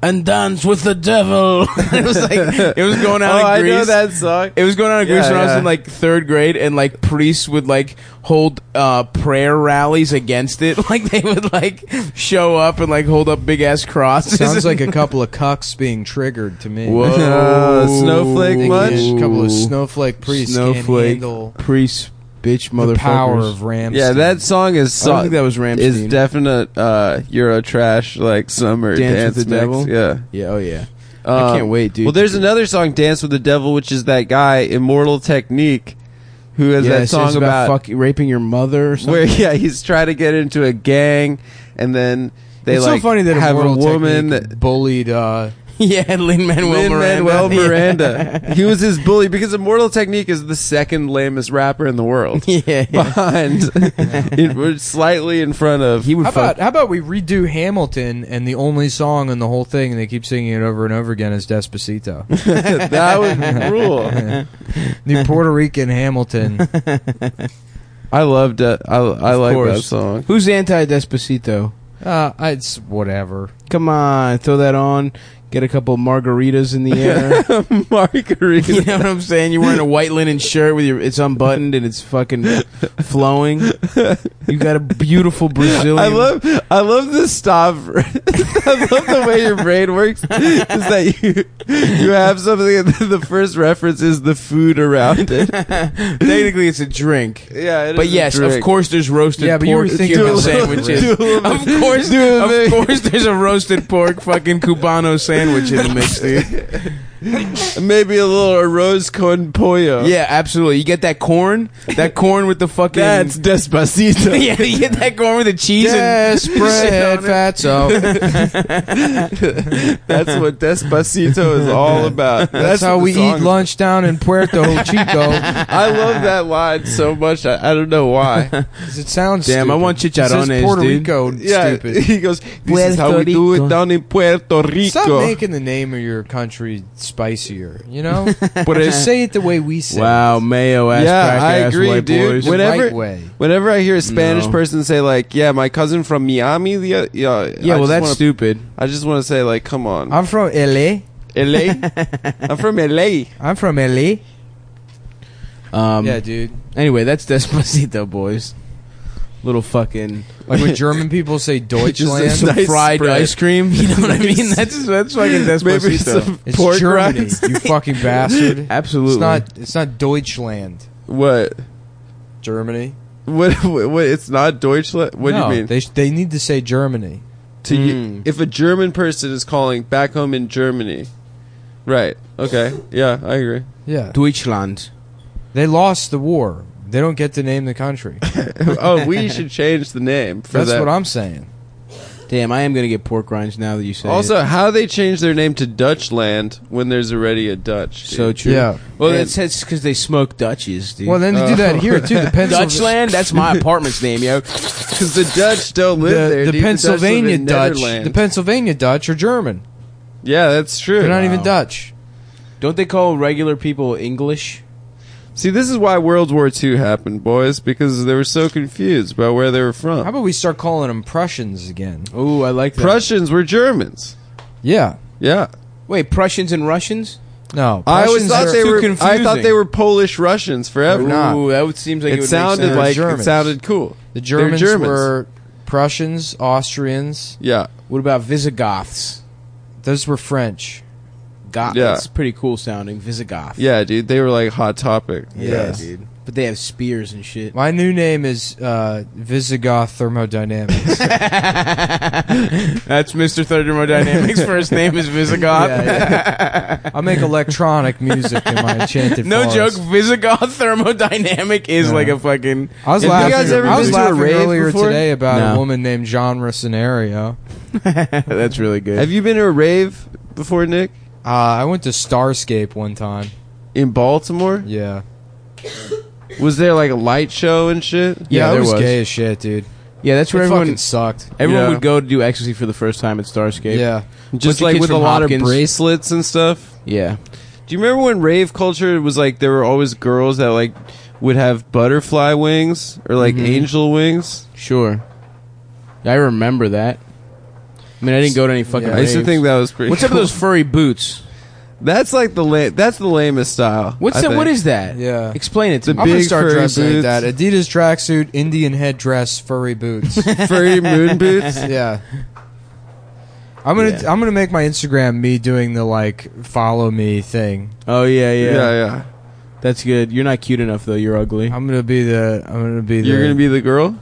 S2: and dance with the devil. it was like it was going out.
S3: Oh,
S2: in
S3: I know
S2: Greece.
S3: that song.
S2: It was going on in Greece
S3: Yeah,
S2: when I was
S3: yeah.
S2: in like third grade, and like priests would like hold uh, prayer rallies against it. Like they would like show up and like hold up big ass crosses.
S1: Sounds like a couple of cucks being triggered to me.
S2: Whoa.
S3: Uh, snowflake
S1: Think
S3: much?
S1: A couple of snowflake priests can't
S2: Snowflake.
S1: handle
S2: priest, bitch,
S1: the
S2: motherfucker.
S1: power of Ramstein.
S3: Yeah, that song is
S2: I don't
S3: so,
S2: think that was Ramstein.
S3: is definite uh, Euro trash like summer
S2: Dance
S3: dance,
S2: with the
S3: mix.
S2: Devil?
S3: Yeah,
S2: yeah, oh yeah. I can't wait, dude.
S3: Well, there's another song, "Dance with the Devil," which is that guy, Immortal Technique, who has
S2: yeah,
S3: that song
S2: about,
S3: about,
S2: fucking raping your mother or something.
S3: where yeah he's trying to get into a gang, and then they
S1: it's
S3: like
S1: so funny that
S3: have a
S1: Immortal
S3: woman
S1: Technique
S3: that.
S1: bullied. Uh,
S2: yeah, Lin Manuel Miranda.
S3: Lin-Manuel Miranda. he was his bully because Immortal Technique is the second lamest rapper in the world.
S2: Yeah. yeah, yeah.
S3: Behind, in- we're slightly in front of.
S2: He would
S1: how
S2: fuck.
S1: about how about we redo Hamilton and the only song in the whole thing, and they keep singing it over and over again is Despacito.
S3: that would rule.
S1: the Puerto Rican Hamilton.
S3: I loved it. I, I like that
S2: course.
S3: song.
S2: Who's anti Despacito?
S1: Uh, it's whatever.
S2: Come on, throw that on. Get a couple margaritas in the air.
S3: Margarita.
S2: you know what I'm saying? You're wearing a white linen shirt with your it's unbuttoned and it's fucking flowing. You got a beautiful Brazilian.
S3: I love I love the stop. I love the way your brain works. Is that you you have something and then the first reference is the food around it.
S2: Technically, it's a drink.
S3: Yeah,
S2: But yes, of course, there's roasted
S1: Yeah, but you were
S2: pork
S1: thinking
S2: Cuban
S1: about-
S2: sandwiches.
S3: Do a little
S2: of course,
S3: Do a
S2: of
S3: bit.
S2: course, there's a roasted pork fucking Cubano sandwich in the mix, dude.
S3: Maybe a little arroz con pollo.
S2: Yeah, absolutely. You get that corn, that corn with the fucking.
S3: that's despacito.
S2: yeah, you get that corn with the cheese
S1: Desperate
S2: and
S1: fatso.
S3: That's what despacito is all about.
S1: That's how
S3: what the
S1: we
S3: song
S1: eat
S3: is.
S1: lunch down in Puerto Chico.
S3: I love that line so much. I, I don't know why.
S1: 'Cause it sounds
S2: Damn,
S1: stupid.
S2: I want
S1: It says
S2: chicharrones,
S1: Puerto
S2: dude.
S1: Rico.
S3: yeah,
S1: Stupid.
S3: he goes. This is how
S2: Puerto
S3: we do
S2: Rico.
S3: it down in Puerto Rico.
S1: Stop making the name of your country spicier. You know, but say it the way we say.
S2: Wow,
S1: it.
S2: mayo ass.
S3: Yeah,
S2: crack
S3: I
S2: ass
S3: agree,
S2: white
S3: dude.
S2: boys.
S1: The
S3: When- whenever-
S1: right way.
S3: Whenever I hear a Spanish
S2: No.
S3: person say like, "Yeah, my cousin from Miami," the uh, yeah,
S2: yeah,
S3: I
S2: well,
S3: just
S2: that's
S3: wanna-
S2: stupid.
S3: I just want to say like, "Come on,
S1: I'm from LA.
S3: LA. I'm from LA."
S1: I'm from LA.
S2: Um,
S1: yeah, dude.
S2: Anyway, that's Despacito, boys. Little fucking
S1: Like when German people say Deutschland,
S3: Just a nice
S2: fried
S3: spread.
S2: ice cream. You know what I mean? That's that's fucking Despacito.
S3: Maybe some
S1: it's
S3: pork
S1: Germany.
S3: rinds.
S1: You fucking bastard.
S2: Absolutely.
S1: It's not. It's not Deutschland.
S3: What?
S1: Germany.
S3: What, what? What? It's not Deutschland. What
S1: No,
S3: do you mean?
S1: They Hmm. sh- they need to say Germany.
S3: to you-
S2: Mm.
S3: if a German person is calling back home in Germany, right? Okay. Yeah, I agree.
S1: Yeah.
S2: Deutschland.
S1: They lost the war. They don't get to name the country.
S3: oh, we should change the name for
S1: That's
S3: that.
S1: what I'm saying.
S2: Damn, I am gonna get pork rinds now that you say it.
S3: also, how they change their name to Dutchland when there's already a Dutch? dude.
S2: so true.
S1: Yeah.
S2: Well,
S3: And-
S2: it's that's because they smoke Dutchies, dude.
S1: Well, then
S3: Uh,
S1: they do that here too. The Pennsylvania,
S2: Dutchland. That's my apartment's name, yo.
S3: Because the Dutch don't live there.
S1: the, the
S3: dude. Dutch live
S1: Pennsylvania
S3: in
S1: Dutch,
S3: Netherlands.
S1: the Pennsylvania Dutch are German.
S3: yeah, that's true.
S1: They're not even
S2: Wow.
S1: Dutch.
S2: Don't they call regular people English?
S3: See, this is why World War II happened, boys, because they were so confused about where they were
S1: How
S3: from.
S1: about we start calling them Prussians again?
S2: Oh, I like that.
S3: Prussians were Germans.
S1: Yeah.
S3: Yeah,
S2: Wait, Prussians and Russians?
S1: No.
S3: I always
S1: Prussians
S3: thought
S1: are-
S3: they
S2: too
S3: were. I thought
S2: confusing.
S3: they were Polish Russians forever.
S2: Ooh, that would seems like it,
S3: it
S2: would
S3: sounded
S2: make sense.
S3: like it
S1: Germans.
S3: sounded cool.
S1: the
S3: They're
S1: Germans,
S3: Germans.
S1: were Prussians, Austrians.
S3: Yeah,
S2: What about Visigoths?
S1: Those were French.
S2: Goth.
S3: Yeah.
S2: It's pretty cool sounding. Visigoth.
S3: yeah, dude. They were like hot topic.
S2: Yeah,
S1: Yes.
S2: dude. But they have spears and shit.
S1: My new name is uh, Visigoth Thermodynamics.
S2: That's Mr. Thermodynamics. First name is Visigoth.
S1: Yeah, I make electronic music in my enchanted.
S2: No
S1: forest.
S2: joke, Visigoth thermodynamic is
S1: Yeah.
S2: like a fucking.
S1: I was
S2: Have you
S1: laughing.
S2: guys ever
S1: I was
S2: been to a
S1: laughing
S2: rave
S1: earlier
S2: before?
S1: today about
S2: No.
S1: a woman named Genre Scenario.
S2: That's really good.
S3: Have you been to a rave before, Nick?
S1: Uh, I went to Starscape one time.
S3: In Baltimore?
S1: Yeah,
S3: Was there like a light show and shit?
S2: Yeah,
S1: it
S2: there
S1: was,
S2: was.
S1: gay as shit, dude.
S2: yeah, that's where
S1: it
S2: everyone
S1: fucking sucked.
S2: everyone
S3: Yeah.
S2: would go to do ecstasy for the first time at Starscape.
S1: Yeah,
S3: Just
S2: Bunch of
S3: like
S2: kids
S3: with a
S2: from
S3: lot
S2: Hopkins.
S3: of bracelets and stuff.
S2: yeah.
S3: Do you remember when rave culture was like there were always girls that like would have butterfly wings or like angel wings?
S2: Sure. I remember that. I mean, I didn't go to any fucking.
S1: Yeah.
S3: I used to
S2: raves.
S3: think that was pretty.
S2: What's up
S3: cool.
S2: with those furry boots?
S3: That's like the la- that's the lamest style.
S2: What's
S3: I
S2: that?
S3: think.
S2: What is that?
S1: Yeah.
S2: Explain it to
S3: The
S2: me.
S1: I'm gonna
S3: big
S1: start
S3: furry
S1: dressing
S3: boots.
S1: like that. Adidas tracksuit, Indian headdress, furry boots.
S3: furry moon boots?
S1: yeah. I'm gonna
S2: Yeah.
S1: I'm gonna make my Instagram me doing the like follow me thing.
S2: Oh yeah, yeah,
S3: Yeah, yeah.
S2: That's good. You're not cute enough though. You're ugly.
S1: I'm gonna be the I'm gonna be the
S3: You're gonna be the girl.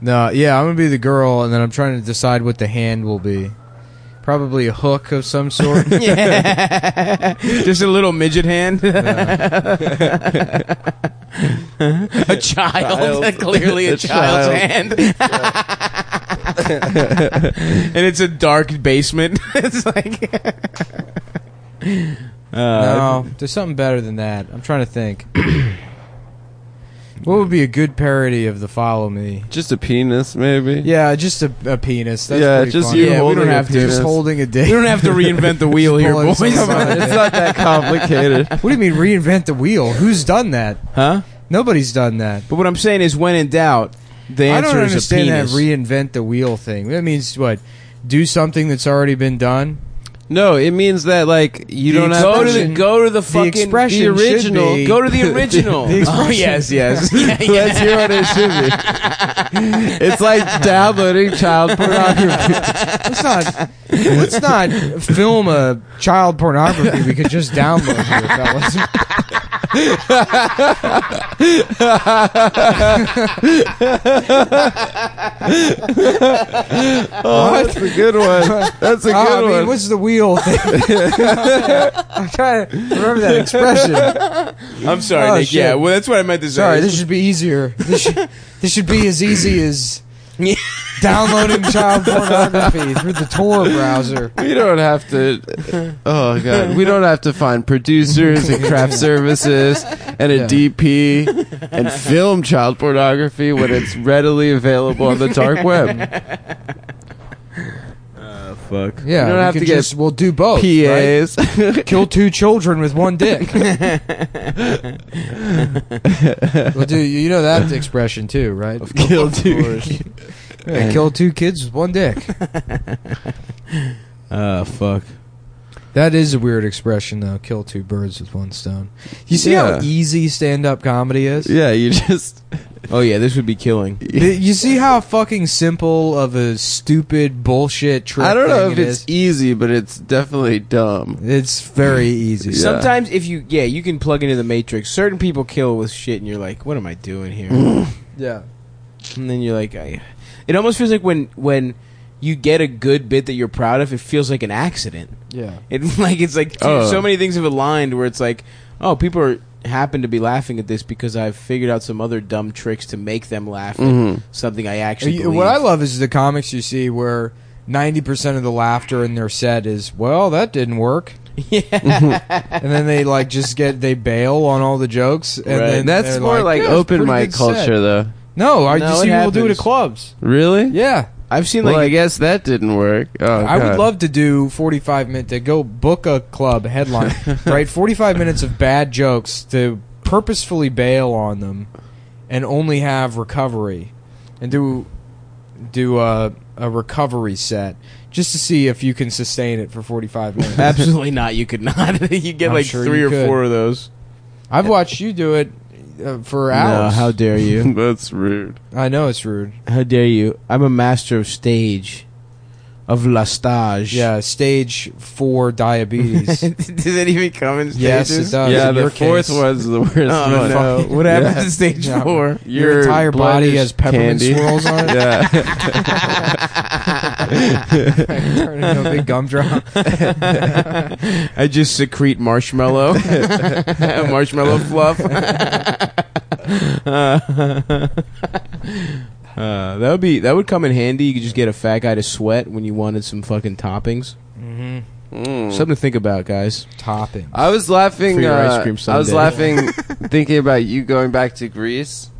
S1: no yeah I'm gonna be the girl and then I'm trying to decide what the hand will be. Probably a hook of some sort.
S2: Yeah. Just a little midget hand. a child.
S3: Child.
S2: Clearly a,
S3: A
S2: child's
S3: child.
S2: hand. and it's a dark basement. it's like. Uh,
S1: no, there's something better than that. I'm trying to think. what would be a good parody of the follow me?
S3: Just a penis, maybe.
S1: Yeah, just a, a penis. That's
S3: Yeah,
S1: pretty
S3: just
S1: funny.
S3: you
S2: Yeah, we
S3: holding
S2: don't
S3: a
S2: have to.
S3: penis.
S1: Just holding a dick.
S2: We don't have to reinvent the wheel here,
S1: Pulling
S2: boys.
S1: some-
S3: Come on, it's not that complicated.
S1: What do you mean reinvent the wheel? Who's done that?
S2: Huh?
S1: Nobody's done that.
S2: But what I'm saying is, when in doubt, the
S1: I
S2: answer
S1: don't
S2: is a
S1: understand that
S2: penis.
S1: reinvent the wheel thing. That means what? Do something that's already been done.
S3: No, it means that like you
S1: The
S3: don't have
S2: Go
S3: to
S2: to the
S1: Expression-
S2: go to the fucking
S1: expression should
S2: original.
S1: be-
S2: Go to the original.
S1: The
S2: oh
S1: expression-
S2: yes, yes. Yeah, yeah.
S3: Let's hear what it should be. It's like downloading child pornography.
S1: Let's not let's not film a child pornography. We could just download it, fellas.
S3: Oh, that's a good one. That's a good
S1: Oh, I mean,
S3: one.
S1: what's the wheel thing? I'm trying to remember that expression.
S2: I'm sorry,
S1: Oh,
S2: Nick.
S1: shit.
S2: Yeah, well, that's what I meant to say.
S1: Sorry, this should be easier. This should, this should be as easy as downloading child pornography through the Tor browser.
S3: we don't have to. Oh god, we don't have to find producers and craft services and a
S1: Yeah.
S3: DP and film child pornography when it's readily available on the dark web.
S2: Uh, fuck.
S1: Yeah,
S3: You don't
S1: we
S3: have
S1: could
S3: to get
S1: just- we'll do both. right?
S3: PAs.
S1: Kill two children with one dick. well, do you know that expression too, right?
S3: Kill two.
S1: Yeah, kill two kids with one dick.
S2: Uh, fuck.
S1: That is a weird expression, though. Kill two birds with one stone. You see
S3: Yeah.
S1: how easy stand-up comedy is.
S3: Yeah, you just.
S2: Oh yeah, this would be killing.
S1: Th- You see how fucking simple of a stupid bullshit trick.
S3: I don't know if
S1: thing it
S3: it's
S1: is?
S3: easy, but it's definitely dumb.
S1: It's very easy.
S3: Yeah.
S2: Sometimes if you yeah, you can plug into the matrix. Certain people kill with shit, and you're like, what am I doing here? and
S1: Yeah.
S2: then you're like, I. It almost feels like when when you get a good bit that you're proud of, it feels like an accident.
S1: Yeah.
S2: It like it's like dude,
S3: Oh.
S2: so many things have aligned where it's like, oh, people are happen to be laughing at this because I've figured out some other dumb tricks to make them laugh. at
S3: Mhm.
S2: Something I actually
S1: You-
S2: believe.
S1: What I love is the comics you see where ninety percent of the laughter in their set is, "Well, that didn't work,"
S2: yeah.
S1: and then they like just get they bail on all the jokes, and
S2: Right.
S1: then
S3: That's
S1: they're
S3: more like,
S1: "Yeah, it's a
S3: open
S1: pretty
S3: mic
S1: good
S3: culture,
S1: set."
S3: though.
S1: No, I
S2: No,
S1: just
S2: it
S1: see people do it at
S2: happens.
S1: clubs.
S3: Really?
S1: Yeah,
S2: I've seen
S3: Well,
S2: like
S3: I guess that didn't work. Oh,
S1: I would
S3: God.
S1: love to do forty-five minute to go book a club headline, right? Forty-five minutes of bad jokes to purposefully bail on them, and only have recovery, and do do a a recovery set just to see if you can sustain it for forty-five minutes.
S2: Absolutely not. You could not. you get
S1: I'm
S2: like
S1: sure
S2: three
S1: you
S2: or
S1: could.
S2: four of those.
S1: I've watched you do it uh, for hours.
S2: dare you?
S3: That's rude.
S1: I know it's rude.
S2: how dare you? I'm a master of stage. of La Stage.
S1: Yeah, stage four diabetes.
S2: Does it even come in stages?
S1: yes, it
S2: Uh,
S1: does.
S3: yeah,
S1: in
S3: the
S1: your
S3: fourth
S1: case.
S3: one's the worst one.
S2: Oh, no. What happened
S3: Yeah.
S2: to stage
S1: Yeah.
S2: four?
S1: Your entire
S3: blood
S1: body
S3: is
S1: has peppermint
S3: candy.
S1: swirls on it.
S3: yeah.
S1: Turn into a big gumdrop.
S2: I just secrete marshmallow, marshmallow fluff. Uh, that would be that would come in handy. You could just get a fat guy to sweat when you wanted some fucking toppings. Mm.
S1: mm-hmm.
S2: Something to think about, guys.
S1: Topping.
S3: I was laughing.
S2: For your
S3: uh,
S2: ice cream
S3: I was
S2: sundae.
S3: laughing thinking about you going back to Greece,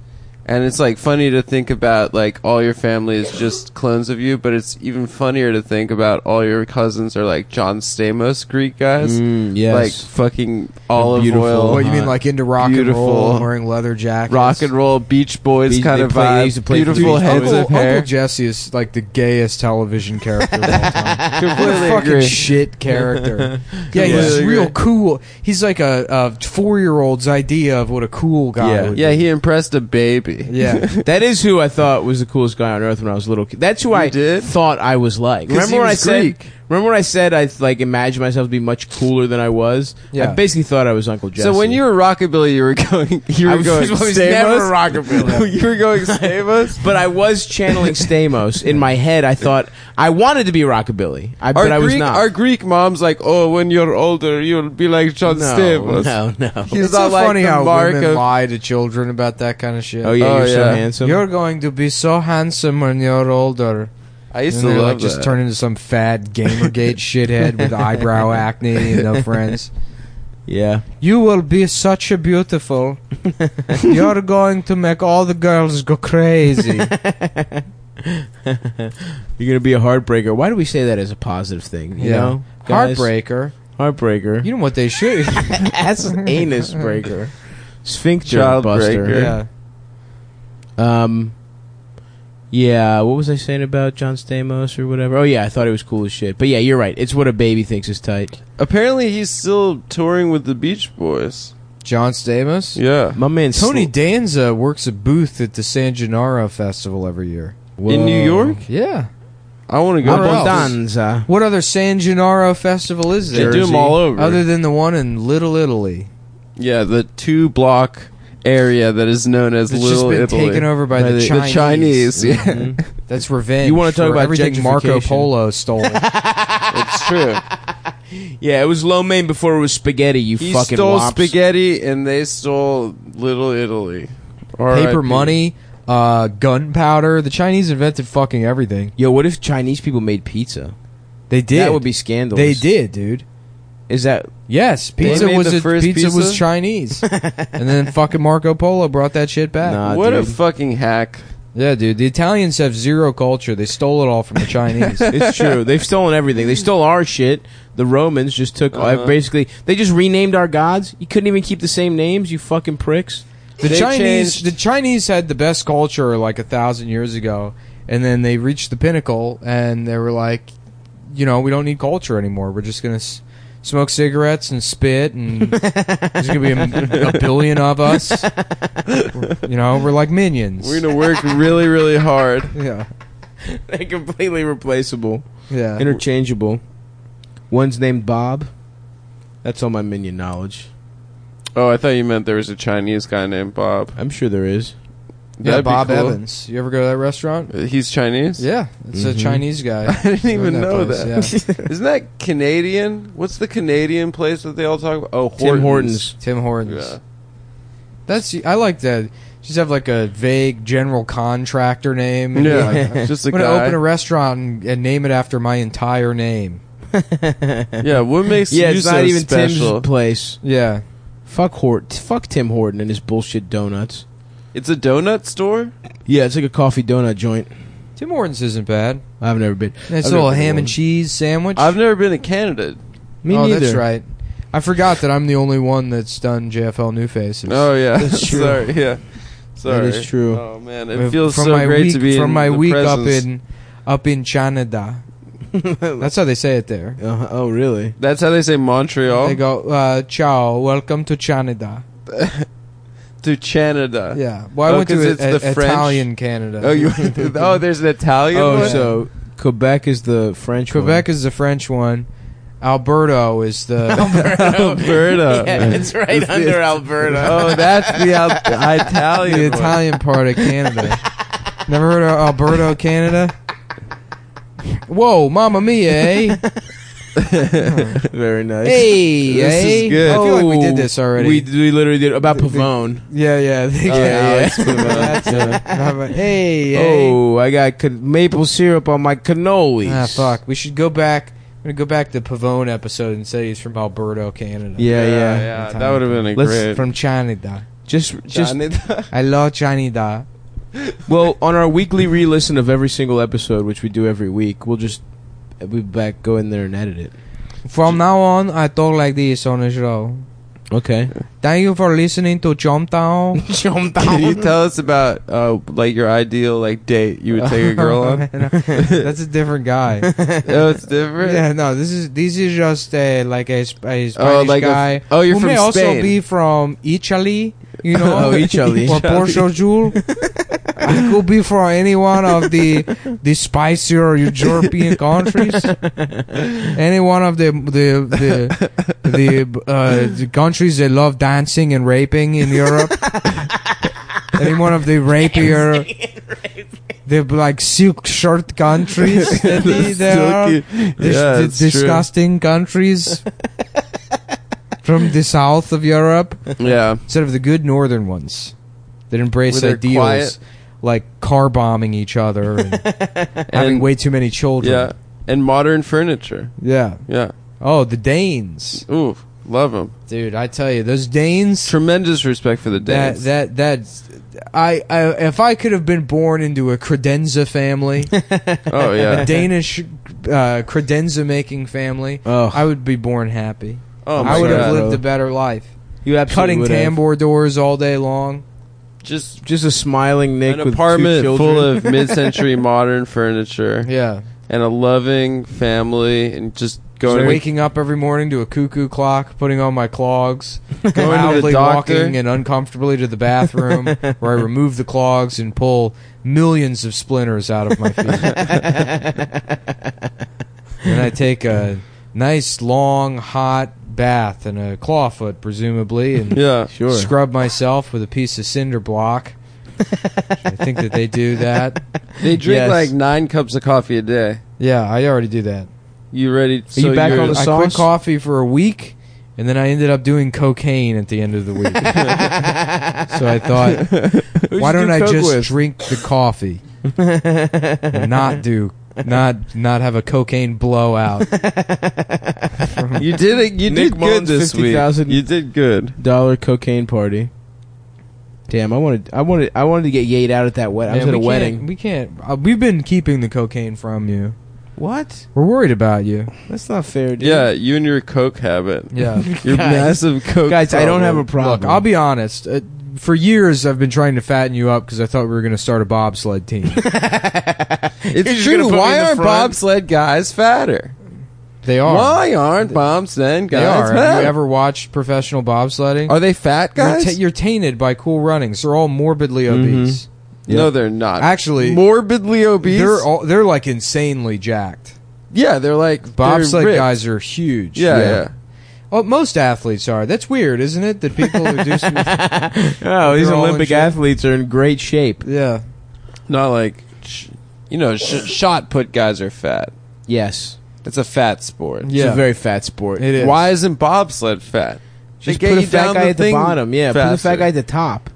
S3: and it's like funny to think about like all your family is just clones of you, but it's even funnier to think about all your cousins are like John Stamos Greek guys,
S2: Mm,
S3: like
S2: yes.
S3: fucking olive
S2: beautiful.
S3: oil,
S1: What you mean,
S2: hot.
S1: like into rock
S3: Beautiful.
S1: and roll, and wearing leather jackets,
S3: rock and roll, Beach Boys
S2: They-
S3: kind
S2: they
S3: of
S2: play- they
S3: vibe,
S2: used to play
S3: beautiful
S2: Beach
S3: heads
S2: Boys.
S1: Uncle,
S3: of hair.
S1: Uncle Jesse is like the gayest television character of all time.
S3: Completely
S1: fucking
S3: agree.
S1: shit character. yeah, he's
S3: Completely
S1: real
S3: agree.
S1: cool. He's like a, a four year old's idea of what a cool guy
S2: Yeah.
S1: would
S3: Yeah,
S1: be.
S3: he impressed a baby.
S1: yeah.
S2: that is who I thought was the coolest guy on earth when I was a little kid. That's who
S3: You
S2: I
S3: did?
S2: thought I was like.
S3: 'Cause
S2: Remember
S3: he
S2: when I
S3: was
S2: said?
S3: Greek.
S2: Remember when I said I like imagined myself to be much cooler than I was?
S1: Yeah.
S2: I basically thought I was Uncle Jesse.
S3: So when you were rockabilly, you were going, you
S2: I
S3: were
S2: was,
S3: going
S2: I was never
S3: Stamos.
S2: rockabilly.
S3: you were going Stamos.
S2: But I was channeling Stamos in my head. I thought I wanted to be rockabilly, I,
S3: Our
S2: but I was
S3: Greek,
S2: not.
S3: Our Greek mom's like, oh, when you're older, you'll be like John
S2: no,
S3: Stamos.
S2: no, no.
S3: He's
S1: it's
S3: not
S1: so
S3: like
S1: funny
S3: the
S1: how
S3: mark
S1: women
S3: of-
S1: lie to children about that kind of shit.
S2: Oh yeah,
S3: Oh,
S2: you're so
S3: yeah.
S2: handsome.
S1: You're going to be so handsome when you're older.
S3: I used
S1: And
S3: to
S1: they
S3: love
S1: like just
S3: that.
S1: turn into some fat Gamergate shithead with eyebrow acne and no friends.
S2: yeah,
S1: You will be such a beautiful. You're going to make all the girls go crazy.
S2: you're gonna be a heartbreaker. Why do we say that as a positive thing? You
S1: Yeah.
S2: know, Guys,
S1: Heartbreaker.
S2: heartbreaker.
S1: You know what they should.
S2: That's an anus breaker. Sphincter
S3: Child
S2: buster.
S3: breaker.
S1: yeah.
S2: Um Yeah, what was I saying about John Stamos or whatever? Oh yeah, I thought it was cool as shit. But yeah, you're right. It's what a baby thinks is tight.
S3: Apparently, he's still touring with the Beach Boys.
S1: John Stamos.
S3: Yeah.
S2: My man
S1: Tony
S2: Sl-
S1: Danza works a booth at the San Gennaro Festival every year.
S3: In New York?
S1: Yeah.
S3: I want to go.
S1: Where else?
S2: Abundanza.
S1: What other San Gennaro Festival is
S3: They
S1: there?
S3: do them all over.
S1: Other than the one in Little Italy.
S3: yeah, the two block area that is known as
S1: It's just
S3: Little
S1: been
S3: Italy.
S1: taken over by, the, Chinese. Mm-hmm.
S3: Chinese, yeah.
S2: Mm-hmm.
S1: That's revenge.
S2: You wanna talk
S1: for
S2: about
S1: everything Marco
S2: gentrification.
S1: Polo stole?
S3: it's true.
S2: Yeah, it was lo mein before it was spaghetti, you
S3: He
S2: fucking
S3: stole
S2: wops.
S3: spaghetti and they stole Little Italy.
S1: Paper
S3: R.I.P..
S1: money, uh, gunpowder. The Chinese invented fucking everything.
S2: Yo, what if Chinese people made pizza?
S1: They did.
S2: That would be scandalous.
S1: They did, dude.
S2: Is that
S1: Yes,
S3: They
S1: pizza
S3: made
S1: was
S3: the
S1: a,
S3: first
S1: pizza, was
S3: pizza?
S1: Chinese, and then fucking Marco Polo brought that shit back.
S2: Nah.
S3: What a
S2: dude.
S3: fucking hack.
S1: Yeah, dude. The Italians have zero culture. They stole it all from the Chinese.
S2: It's true. They've stolen everything. They stole our shit. The Romans just took uh,
S3: Uh-huh.
S2: basically. They just renamed our gods. You couldn't even keep the same names. You fucking pricks.
S1: The
S3: They
S1: Chinese,
S3: changed-
S1: the Chinese had the best culture like a thousand years ago, and then they reached the pinnacle, and they were like, you know, we don't need culture anymore. We're just gonna s- smoke cigarettes and spit, and there's gonna be a, a billion of us. you know, we're like minions.
S3: We're going to work really, really hard.
S1: yeah,
S2: They're completely replaceable,
S1: yeah.
S2: interchangeable. One's named Bob. That's all my minion knowledge.
S3: Oh, I thought you meant there was a Chinese guy named Bob.
S2: I'm sure there is.
S1: yeah,
S3: That'd be
S1: Bob
S3: cool.
S1: Evans. You ever go to that restaurant?
S3: Uh, He's Chinese?
S1: Yeah, it's a
S2: Mhm.
S1: Chinese guy.
S3: I didn't even know that.
S1: place, yeah.
S3: Isn't that Canadian? What's the Canadian place that they all talk about? Oh, Hortons.
S2: Tim Hortons.
S1: Tim Hortons.
S3: Yeah.
S1: That's I like that. Just have like a vague general contractor name. and be
S3: Yeah.
S1: like,
S3: Just a
S1: I'm gonna
S3: guy.
S1: open a restaurant and, and name it after my entire name.
S3: yeah, what makes
S2: Yeah,
S3: you
S2: it's
S3: so
S2: not even
S3: special?
S2: Tim's place.
S1: Yeah,
S2: Fuck Hort. Fuck Tim Horton and his bullshit donuts.
S3: it's a donut store?
S2: Yeah, it's like a coffee donut joint.
S1: Tim Hortons isn't bad.
S2: I've never been.
S1: Nice
S2: I've
S1: little
S2: never been
S1: ham
S2: to one.
S1: and cheese sandwich.
S3: I've never been to Canada.
S2: Me
S1: oh,
S2: neither.
S1: that's right. I forgot that I'm the only one that's done JFL New Faces.
S3: Oh, yeah.
S2: That's true.
S3: Sorry, yeah. Sorry.
S2: is true.
S3: Oh, man. It
S1: Uh,
S3: feels so great
S1: week,
S3: to be
S1: from
S3: in
S1: my
S3: the
S1: week up
S3: presence.
S1: in up in Canada. that's how they say it there.
S2: Uh, oh, really?
S3: That's how they say Montreal.
S1: They go, uh, "Ciao, welcome to Canada."
S3: to Canada.
S1: Yeah. Well, I
S3: Oh,
S1: went to
S3: 'cause
S1: a,
S3: it's the
S1: a-
S3: French?
S1: Italian e- Canada.
S3: Oh, you. oh, there's an Italian.
S2: Oh,
S3: one?
S2: so Quebec is the French.
S1: Quebec is the French one. Alberto is the
S2: Alberta.
S3: yeah, it's right
S2: It's the-
S3: under Alberta.
S2: Oh, that's the Al- Italian.
S1: the
S2: one.
S1: Italian part of Canada. Never heard of Alberto, Canada? Whoa, Mamma Mia, eh?
S2: Very nice.
S1: Hey,
S2: this
S1: eh?
S2: is good. Oh,
S1: I feel like we did this already.
S2: We, we literally did about Pavone.
S1: yeah, yeah, they-
S2: yeah, yeah.
S1: That's it. Mamma- hey, hey.
S2: Oh, I got ca- maple syrup on my cannolis.
S1: Ah, fuck. We should go back. I'm gonna go back to Pavone episode and say he's from Alberto, Canada.
S2: Yeah, yeah.
S3: that would have been a
S2: Let's-
S3: great.
S1: From Canada.
S2: Just, just.
S1: I love Canada.
S2: Well, on our weekly re-listen of every single episode, which we do every week, we'll just we back go in there and edit it.
S1: From now on, I talk like this on the show.
S2: Okay.
S1: Thank you for listening to Chomtown.
S3: Can you tell us about uh, like your ideal like date you would take a girl on?
S1: That's a different guy.
S3: oh, it's different.
S1: Yeah, no, this is this is just uh, like a, sp- a Spanish
S3: like a-
S1: guy.
S3: oh, you're
S1: who
S3: from
S1: may also
S3: Spain.
S1: be from Italy, you know,
S2: Oh, Italy.
S1: or Portugal. I could be from any one of the the spicier European countries, any one of the the the, the, uh, the countries that love dancing and raping in Europe. Any one of the rapier, the like silk shirt countries that they- there are dis-
S3: Yeah,
S1: di-
S3: it's true.
S1: disgusting countries from the south of Europe
S3: Yeah.
S1: instead of the good northern ones that embrace
S3: Where they're
S1: ideals
S3: quiet.
S1: like car bombing each other and, having
S3: And-
S1: way too many children.
S3: Yeah. And modern furniture.
S1: Yeah.
S3: Yeah.
S1: Oh, the Danes,
S3: Ooh, love them.
S1: dude! I tell you, those Danes.
S3: Tremendous respect for the
S1: That
S3: Danes.
S1: that that's. I, I if I could have been born into a credenza family,
S3: oh yeah.
S1: a Danish uh, credenza making family,
S2: Oh,
S1: I would be born happy.
S3: oh my
S1: I would have
S3: God.
S1: lived
S2: Bro.
S1: a better life.
S2: you
S1: Cutting
S2: absolutely would have.
S1: tambour doors all day long.
S3: Just
S2: Just a smiling Nick
S3: an
S2: with
S3: apartment
S2: two
S3: full
S2: children.
S3: of mid-century modern furniture
S1: Yeah.
S3: and a loving family and just going
S1: Just waking up every morning to a cuckoo clock, putting on my clogs,
S3: the
S1: loudly
S3: doctor.
S1: walking and uncomfortably to the bathroom where I remove the clogs and pull millions of splinters out of my feet. and I take a nice long hot bath in a clawfoot, presumably, and
S3: Yeah.
S2: Sure.
S1: scrub myself with a piece of cinder block. I think that they do that.
S3: They drink
S2: Yes.
S3: like nine cups of coffee a day.
S1: Yeah, I already do that.
S3: You ready? so
S2: you back
S3: you're-
S2: on the
S1: I
S2: sauce?
S1: quit coffee for a week, and then I ended up doing cocaine at the end of the week. so I thought, why
S2: you
S1: don't
S2: do
S1: I
S2: coke
S1: just
S2: with?
S1: drink the coffee, and not do, not not have a cocaine blowout?
S3: You did it. You did
S2: Nick
S3: good
S2: Mullins,
S3: this week.
S2: 50,000.
S3: You did good.
S2: dollar cocaine party. Damn, I wanted, I wanted, I wanted to get yayed out at that wedding. I was
S1: Man,
S2: at a
S1: we
S2: wedding.
S1: Can't, we can't. Uh, we've been keeping the cocaine from you.
S2: What?
S1: We're worried about you.
S2: That's not fair, dude.
S3: Yeah, you and your coke habit.
S1: Yeah.
S3: Your
S2: Guys.
S3: massive coke.
S2: guys, I don't have a
S3: problem.
S2: problem.
S1: Look, I'll be honest. Uh, for years, I've been trying to fatten you up because I thought we were going to start a bobsled team.
S3: It's true. Why aren't bobsled guys fatter?
S1: They are.
S3: Why aren't bobsled
S1: They
S3: guys
S1: are. Have
S3: fatter?
S1: you ever watched professional bobsledding?
S3: Are they fat
S1: You're,
S3: guys?
S1: ta- you're tainted by cool runnings. They're all morbidly obese.
S3: No, they're not.
S1: Actually,
S3: morbidly obese.
S1: they're all they're like insanely jacked.
S3: yeah, they're like
S1: Bobsled
S3: they're ripped.
S1: guys are huge.
S3: Yeah, yeah.
S1: Well, most athletes are. That's weird, isn't it? That people are just
S2: Oh, these
S1: They're all in
S2: Olympic
S1: shape.
S2: athletes are in great shape.
S1: yeah.
S3: Not like, sh- you know, sh- shot put guys are fat.
S2: Yes,
S3: It's a fat sport.
S1: Yeah.
S2: it's a very fat sport.
S1: It is.
S3: Why isn't bobsled fat?
S2: Just
S3: They get
S2: put a
S3: you
S2: fat
S3: down
S2: guy
S3: the
S2: at the
S3: thing
S2: bottom. Yeah, put a
S3: faster.
S2: fat guy at the top.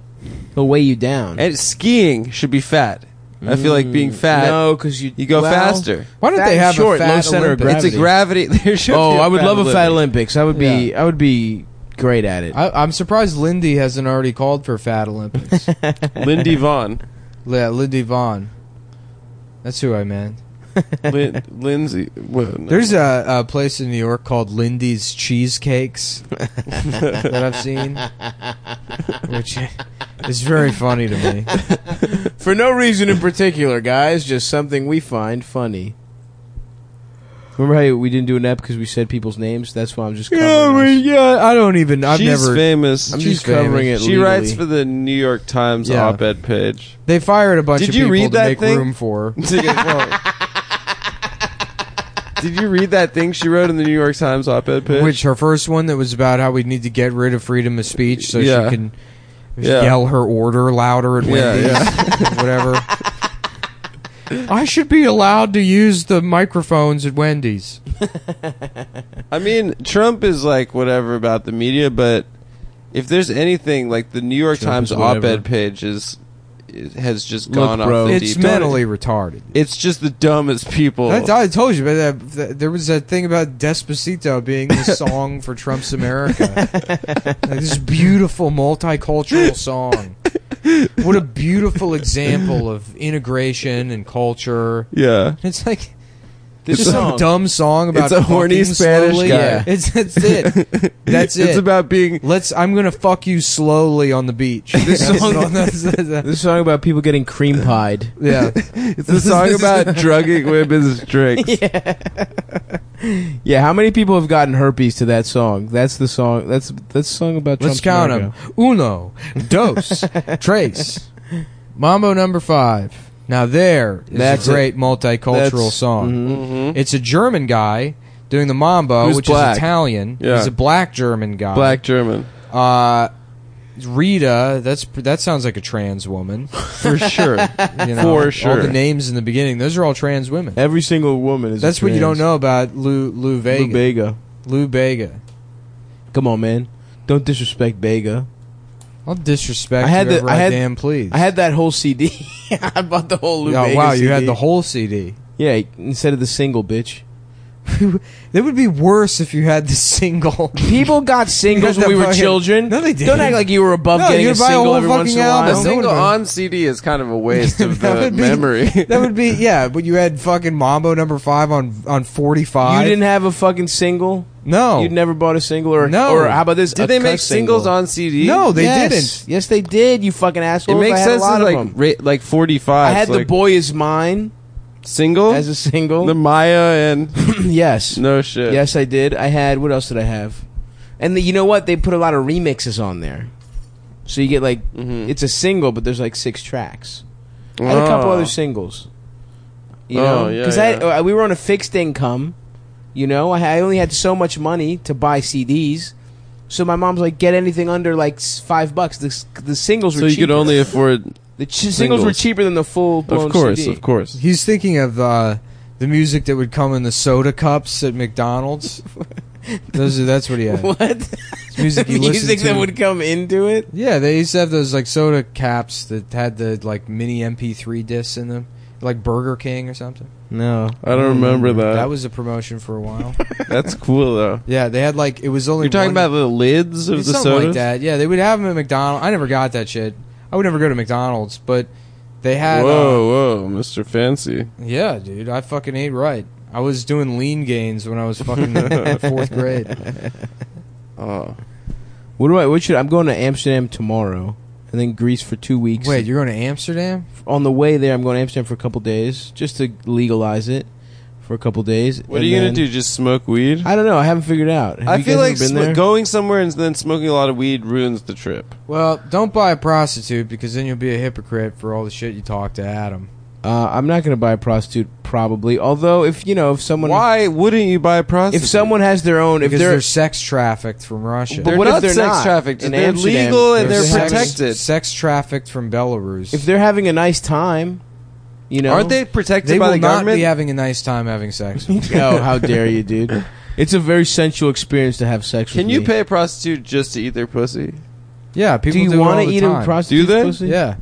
S2: He'll weigh you down.
S3: And skiing should be fat. I feel like being fat,
S2: No, because you
S3: you go
S2: well,
S3: faster.
S1: Why don't
S2: Fat
S1: they
S2: and
S1: have a
S2: short,
S1: fat
S2: low center of
S1: Olympics?
S3: It's a gravity. There should
S2: Oh,
S3: be a
S2: I would
S3: fat
S2: love a
S3: Olympic.
S2: fat Olympics. I would be. I would be great at it.
S1: I, I'm surprised Lindy hasn't already called for fat Olympics.
S3: Lindy Vaughn,
S1: yeah, Lindy Vaughn. That's who I meant.
S3: Lin- Lindsay. Well, no.
S1: There's a, a place in New York called Lindy's Cheesecakes that I've seen, which is very funny to me.
S2: For no reason in particular, guys. Just something we find funny. Remember how we didn't do an app because we said people's names? That's why I'm just covering. this.
S1: yeah, I don't even. I've
S3: She's
S1: never.
S3: famous.
S2: I'm
S1: she's
S2: just covering it.
S3: she
S2: legally.
S3: writes for the New York Times
S1: Yeah.
S3: op-ed page.
S1: They fired a bunch
S3: Did
S1: of
S3: you
S1: people
S3: read
S1: to
S3: that
S1: make
S3: thing?
S1: room for her.
S3: Did you read that thing she wrote in the New York Times op-ed page?
S1: Which her first one that was about how we need to get rid of freedom of speech so
S3: Yeah.
S1: she can
S3: Yeah.
S1: yell her order louder at
S3: Yeah,
S1: Wendy's, whatever. I should be allowed to use the microphones at Wendy's.
S3: I mean, Trump is like whatever about the media, but if there's anything like the New York
S2: Trump
S3: Times
S2: is whatever.
S3: op-ed page is it has just
S2: Look,
S3: gone
S2: bro.
S3: off the
S1: It's
S3: deep
S1: mentally retarded.
S3: It's just the dumbest people.
S1: That's, I told you, but that, that, there was that thing about Despacito being the song for Trump's America. Like, this beautiful multicultural song. What a beautiful example of integration and culture.
S3: yeah.
S1: It's like
S2: This
S1: just
S2: song.
S1: some dumb song about
S3: It's a horny
S1: fucking
S3: Spanish
S1: slowly.
S3: guy.
S1: Yeah, it's that's it. That's it.
S3: It's about being
S1: Let's. I'm gonna fuck you slowly on the beach.
S2: This
S1: That's
S2: song-
S1: all- that's- that's-
S2: This song about people getting cream pied.
S1: yeah.
S3: it's a song about drugging women's drinks.
S2: Yeah, how many people have gotten herpes to that song? That's the song. That's that's the song about.
S1: Let's
S2: Trump's
S1: count them.
S2: America.
S1: Uno, dos, tres. Mambo number five. Now there is
S3: That's
S1: a great multicultural
S3: That's-
S1: song.
S3: Mm-hmm.
S1: It's a German guy doing the mambo,
S3: Who's
S1: which
S3: black.
S1: is Italian.
S3: Yeah.
S1: He's a black German guy.
S3: Black German.
S1: Uh, Rita. That's that sounds like a trans woman.
S3: For sure.
S1: You know,
S3: For sure.
S1: All the names in the beginning. Those are all trans women.
S2: Every single woman is. a
S1: That's what you don't
S2: trans.
S1: know about Lou Lou Vega.
S2: Lou Bega.
S1: Lou Bega.
S2: Come on, man. Don't disrespect Bega.
S1: I'll disrespect
S2: I had
S1: whoever
S2: the- I
S1: I,
S2: had-
S1: damn please.
S2: I had that whole CD. I bought the whole Lou
S1: Yeah,
S2: Bega
S1: wow, you
S2: CD.
S1: had the whole CD.
S2: Yeah, instead of the single, bitch.
S1: That would be worse if you had the single.
S2: People got singles
S1: You got
S2: when we
S1: the
S2: were
S1: fucking-
S2: children.
S1: No, they didn't.
S2: Don't act like you were above
S1: No,
S2: getting
S1: you'd
S2: a
S1: buy a
S2: single
S1: whole
S2: every once in a
S1: fucking
S2: while.
S3: A
S1: album.
S3: single
S1: would've been-
S3: on CD is kind of a waste of
S1: That
S3: the
S1: would be-
S3: memory.
S1: that would be yeah, but you had fucking Mambo number five on on forty five.
S2: You didn't have a fucking single.
S1: no
S2: You'd never bought a single, or
S1: No.
S2: or how about this?
S3: Did
S2: a
S3: they make
S2: cuss
S3: singles
S2: single.
S3: on CD?
S1: no they
S2: yes.
S1: didn't.
S2: Yes, they did. You fucking
S3: It
S2: asshole.
S3: makes
S2: I had
S3: sense.
S2: A lot
S3: to,
S2: of
S3: like
S2: them.
S3: ra- like forty five.
S2: I had the boy is mine
S3: single
S2: as a single.
S3: the Maya and
S2: yes,
S3: no shit.
S2: yes, I did. I had. What else did I have? And the, you know what? They put a lot of remixes on there, so you get like
S3: Mhm.
S2: it's a single, but there's like six tracks. I had a couple
S3: Oh.
S2: other singles. You
S3: Oh,
S2: know,
S3: yeah,
S2: because
S3: yeah.
S2: I uh, we were on a fixed income. You know, I, I only had so much money to buy CDs, so my mom's like, "Get anything under like s- five bucks." The s- the singles
S3: So
S2: were
S3: you could
S2: cheaper.
S3: only afford,
S2: the ch- singles were
S3: singles.
S2: cheaper than the full blown
S3: of course,
S2: CD.
S3: of course.
S1: He's thinking of uh, the music that would come in the soda cups at McDonald's. Those are that's what he had.
S2: What
S1: It's music he
S2: the
S1: listened
S2: music
S1: to.
S2: that would come into it?
S1: Yeah, they used to have those like soda caps that had the like mini MP3 discs in them, like Burger King or something.
S2: No,
S3: I don't remember that.
S1: that was a promotion for a while.
S3: That's cool though.
S1: yeah, they had like it was only
S3: You're talking
S1: one-
S3: about the lids of
S1: It's
S3: the
S1: something
S3: sodas.
S1: like that. Yeah, they would have them at McDonald's. I never got that shit. I would never go to McDonald's, but they had. uh,
S3: Whoa, whoa, Mr. Fancy.
S1: yeah, dude, I fucking ate right. I was doing lean gains when I was fucking in fourth grade.
S3: Oh,
S2: What do I? What should I'm going to Amsterdam tomorrow, and then Greece for two weeks.
S1: Wait, you're going to Amsterdam?
S2: on the way there, I'm going to Amsterdam for a couple days just to legalize it for a couple days.
S3: what
S2: and
S3: are you
S2: then-
S3: gonna do? Just smoke weed?
S2: I don't know. I haven't figured out. Have
S3: I
S2: you
S3: feel like
S2: guys ever been
S3: sm-
S2: there?
S3: going somewhere and then smoking a lot of weed ruins the trip.
S1: Well, don't buy a prostitute because then you'll be a hypocrite for all the shit you talk to Adam.
S2: Uh, I'm not going to buy a prostitute, probably. Although, if you know, if someone,
S3: Why wouldn't you buy a prostitute?
S2: if someone has their own, if
S1: Because
S2: they're,
S1: they're sex trafficked from Russia.
S2: But
S3: they're
S2: what if
S3: not
S2: they're
S3: sex
S2: not?
S3: trafficked.
S2: In
S3: they're
S2: Amsterdam,
S3: legal and
S2: there's
S3: they're
S2: sex-
S3: protected.
S1: Sex trafficked from Belarus.
S2: if they're having a nice time, you know,
S3: Aren't they protected
S1: they
S3: by
S1: will
S3: the
S1: not
S3: government?
S1: be having a nice time having sex. with you.
S2: Oh, how dare you, dude! It's a very sensual experience to have sex.
S3: Can
S2: with
S3: you
S2: me.
S3: pay a prostitute just to eat their pussy?
S1: yeah, people
S2: Do you
S1: want to
S2: eat a prostitute?
S3: Do they?
S2: Pussy?
S1: Yeah.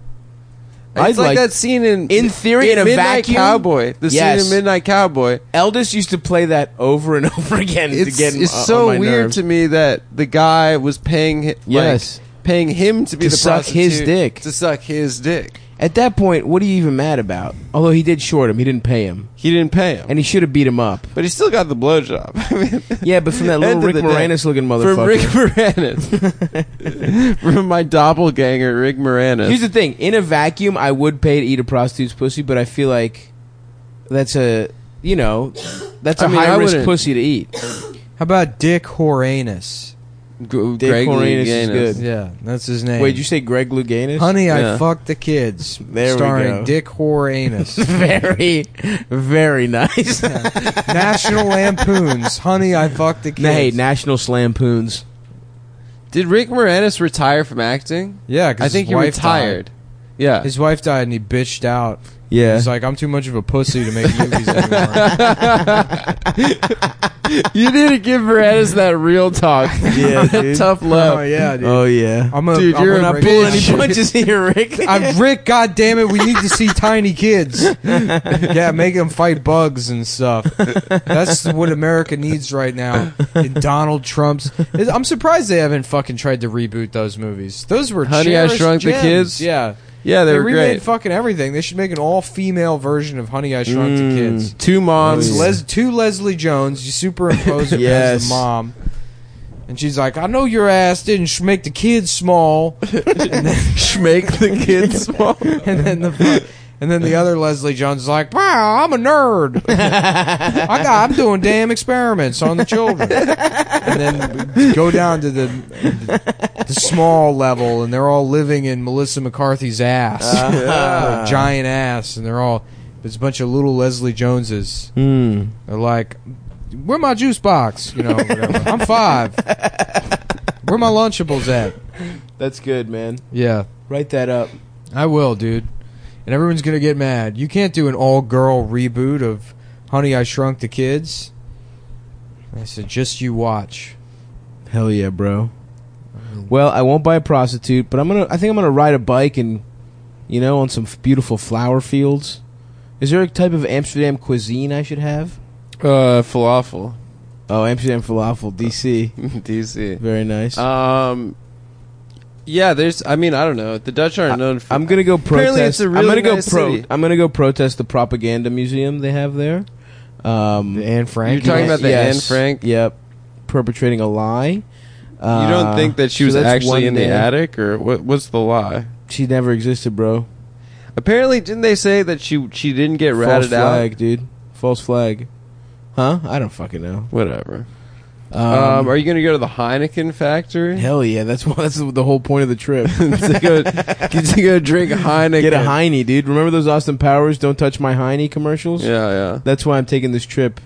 S3: It's
S2: I'd
S3: like,
S2: like-
S3: that scene in
S2: In theory, in a
S3: Midnight
S2: vacuum?
S3: Cowboy. The
S2: Yes.
S3: scene in Midnight Cowboy.
S2: Eldest used to play that over and over again
S3: It's,
S2: to get.
S3: it's
S2: uh, on
S3: so
S2: my
S3: weird
S2: nerves.
S3: to me that the guy was paying hi- like,
S2: Yes.
S3: paying him to be
S2: To
S3: the
S2: suck his
S3: prostitute
S2: dick.
S3: to suck his dick.
S2: At that point, what are you even mad about? Although he did short him, he didn't pay him,
S3: He didn't pay him,
S2: and he should have beat him up.
S3: but he still got the blowjob. I mean,
S2: Yeah, but from that little
S3: End of
S2: Rick
S3: the day.
S2: Moranis looking motherfucker.
S3: from Rick Moranis, from my doppelganger Rick Moranis.
S2: Here's the thing: in a vacuum, I would pay to eat a prostitute's pussy, but I feel like that's a you know that's a
S3: I mean, I
S2: high risk
S3: wouldn't-
S2: pussy to eat.
S1: How about Dick Horanus?
S3: G-
S2: Dave
S3: Greg
S2: Cornelius is
S3: Louganis.
S2: good.
S1: Yeah, that's his name.
S2: Wait, did you say Greg Louganis?
S1: Honey,
S3: Yeah.
S1: I fucked the kids.
S2: There we
S1: starring
S2: go.
S1: Dick Whore Anus.
S2: very, very nice.
S1: National Lampoons. Honey, I fucked the kids.
S2: hey, National Slampoons.
S3: Did Rick Moranis retire from acting?
S1: yeah, 'cause
S3: I
S1: his
S3: think he
S1: wife
S3: retired. Yeah.
S1: died. His wife died, and he bitched out.
S2: Yeah.
S1: He's like, I'm too much of a pussy to make movies anymore.
S3: you need to give Moranis that real talk.
S2: Yeah, dude.
S3: Tough love.
S1: Oh, yeah, dude.
S2: Oh yeah.
S1: I'm a,
S3: Dude,
S1: I'm
S3: you're
S1: gonna
S3: a
S1: break
S3: bitch.
S1: down.
S3: Any
S2: punches here, Rick.
S1: I'm Rick. God damn it! We need to see tiny kids. Yeah, make them fight bugs and stuff. That's what America needs right now. And Donald Trump's. I'm surprised they haven't fucking tried to reboot those movies. Those were
S3: Honey, I
S1: cherished
S3: Shrunk the
S1: gems.
S3: Kids?
S1: Yeah,
S3: Yeah, they,
S1: they,
S3: were
S1: remade
S3: great.
S1: fucking everything. They should make an all-female version of Honey, I Shrunk
S3: Mm.
S1: the Kids.
S3: Two moms.
S2: Oh,
S1: It's Les- two Leslie Jones. You superimpose her as
S2: Yes.
S1: the mom. And she's like, I know your ass didn't sh- make the kids small.
S3: Schmake the kids small.
S1: and then the fu- and then the other Leslie Jones is like, "Wow, I'm a nerd. I got, I'm doing damn experiments on the children." And then we go down to the, the small level, and they're all living in Melissa McCarthy's ass,
S3: Uh-huh.
S1: Her giant ass, and they're all there's a bunch of little Leslie Joneses.
S3: Hmm.
S1: They're like, "Where my juice box?" You know, whatever. I'm five. Where my Lunchables at?
S2: That's good, man.
S1: Yeah.
S2: Write that up.
S1: I will, dude. And everyone's gonna get mad. You can't do an all-girl reboot of Honey, I Shrunk the Kids. I said, just you watch.
S2: Hell yeah, bro. Well, I won't buy a prostitute, but I'm gonna. I think I'm gonna ride a bike and, you know, on some f- beautiful flower fields. Is there a type of Amsterdam cuisine I should have?
S3: Uh, falafel.
S2: Oh, Amsterdam falafel, DC.
S3: DC.
S2: Very nice.
S3: Um, yeah, there's. I mean, I don't know. The Dutch aren't known for.
S2: I'm gonna go protest.
S3: Apparently it's a
S2: I'm
S3: really
S2: gonna go
S3: nice city.
S2: I'm gonna go protest the propaganda museum they have there. Um,
S1: The Anne Frank.
S3: You're talking about the
S2: Yes.
S3: Anne Frank?
S2: Yep, perpetrating a lie. Uh,
S3: You don't think that she was actually in the
S2: ad?
S3: attic, or what, what's the lie?
S2: She never existed, bro.
S3: Apparently, didn't they say that she she didn't get
S2: False
S3: ratted
S2: flag,
S3: out?
S2: dude. False flag. Huh? I don't fucking know.
S3: Whatever.
S2: Um,
S3: Um, are you gonna go to the Heineken factory?
S2: hell yeah, that's why, that's the whole point of the trip.
S3: to go, get to go drink Heineken.
S2: Get a Heine, dude. Remember those Austin Powers "Don't Touch My Heine" commercials?
S3: Yeah, yeah.
S2: That's why I'm taking this trip.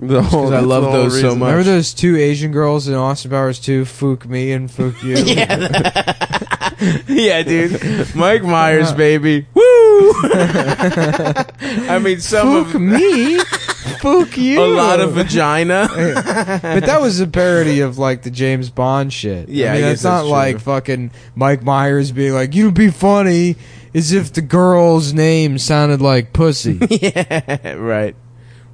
S3: The whole,
S2: 'cause I
S3: that's
S2: love
S3: the whole
S2: those so
S3: reason.
S2: much.
S1: Remember those two Asian girls in Austin Powers 2? Fook me and fook you.
S2: yeah, dude. Mike Myers, baby. Woo! I mean, some
S1: Fook me? fook you.
S2: vagina.
S1: but that was a parody of like the James Bond shit.
S2: Yeah,
S1: I
S2: I
S1: mean,
S2: guess
S1: that's not
S2: that's
S1: like
S2: true.
S1: fucking Mike Myers being like, "You'd be funny as if the girl's name sounded like pussy."
S2: yeah, right,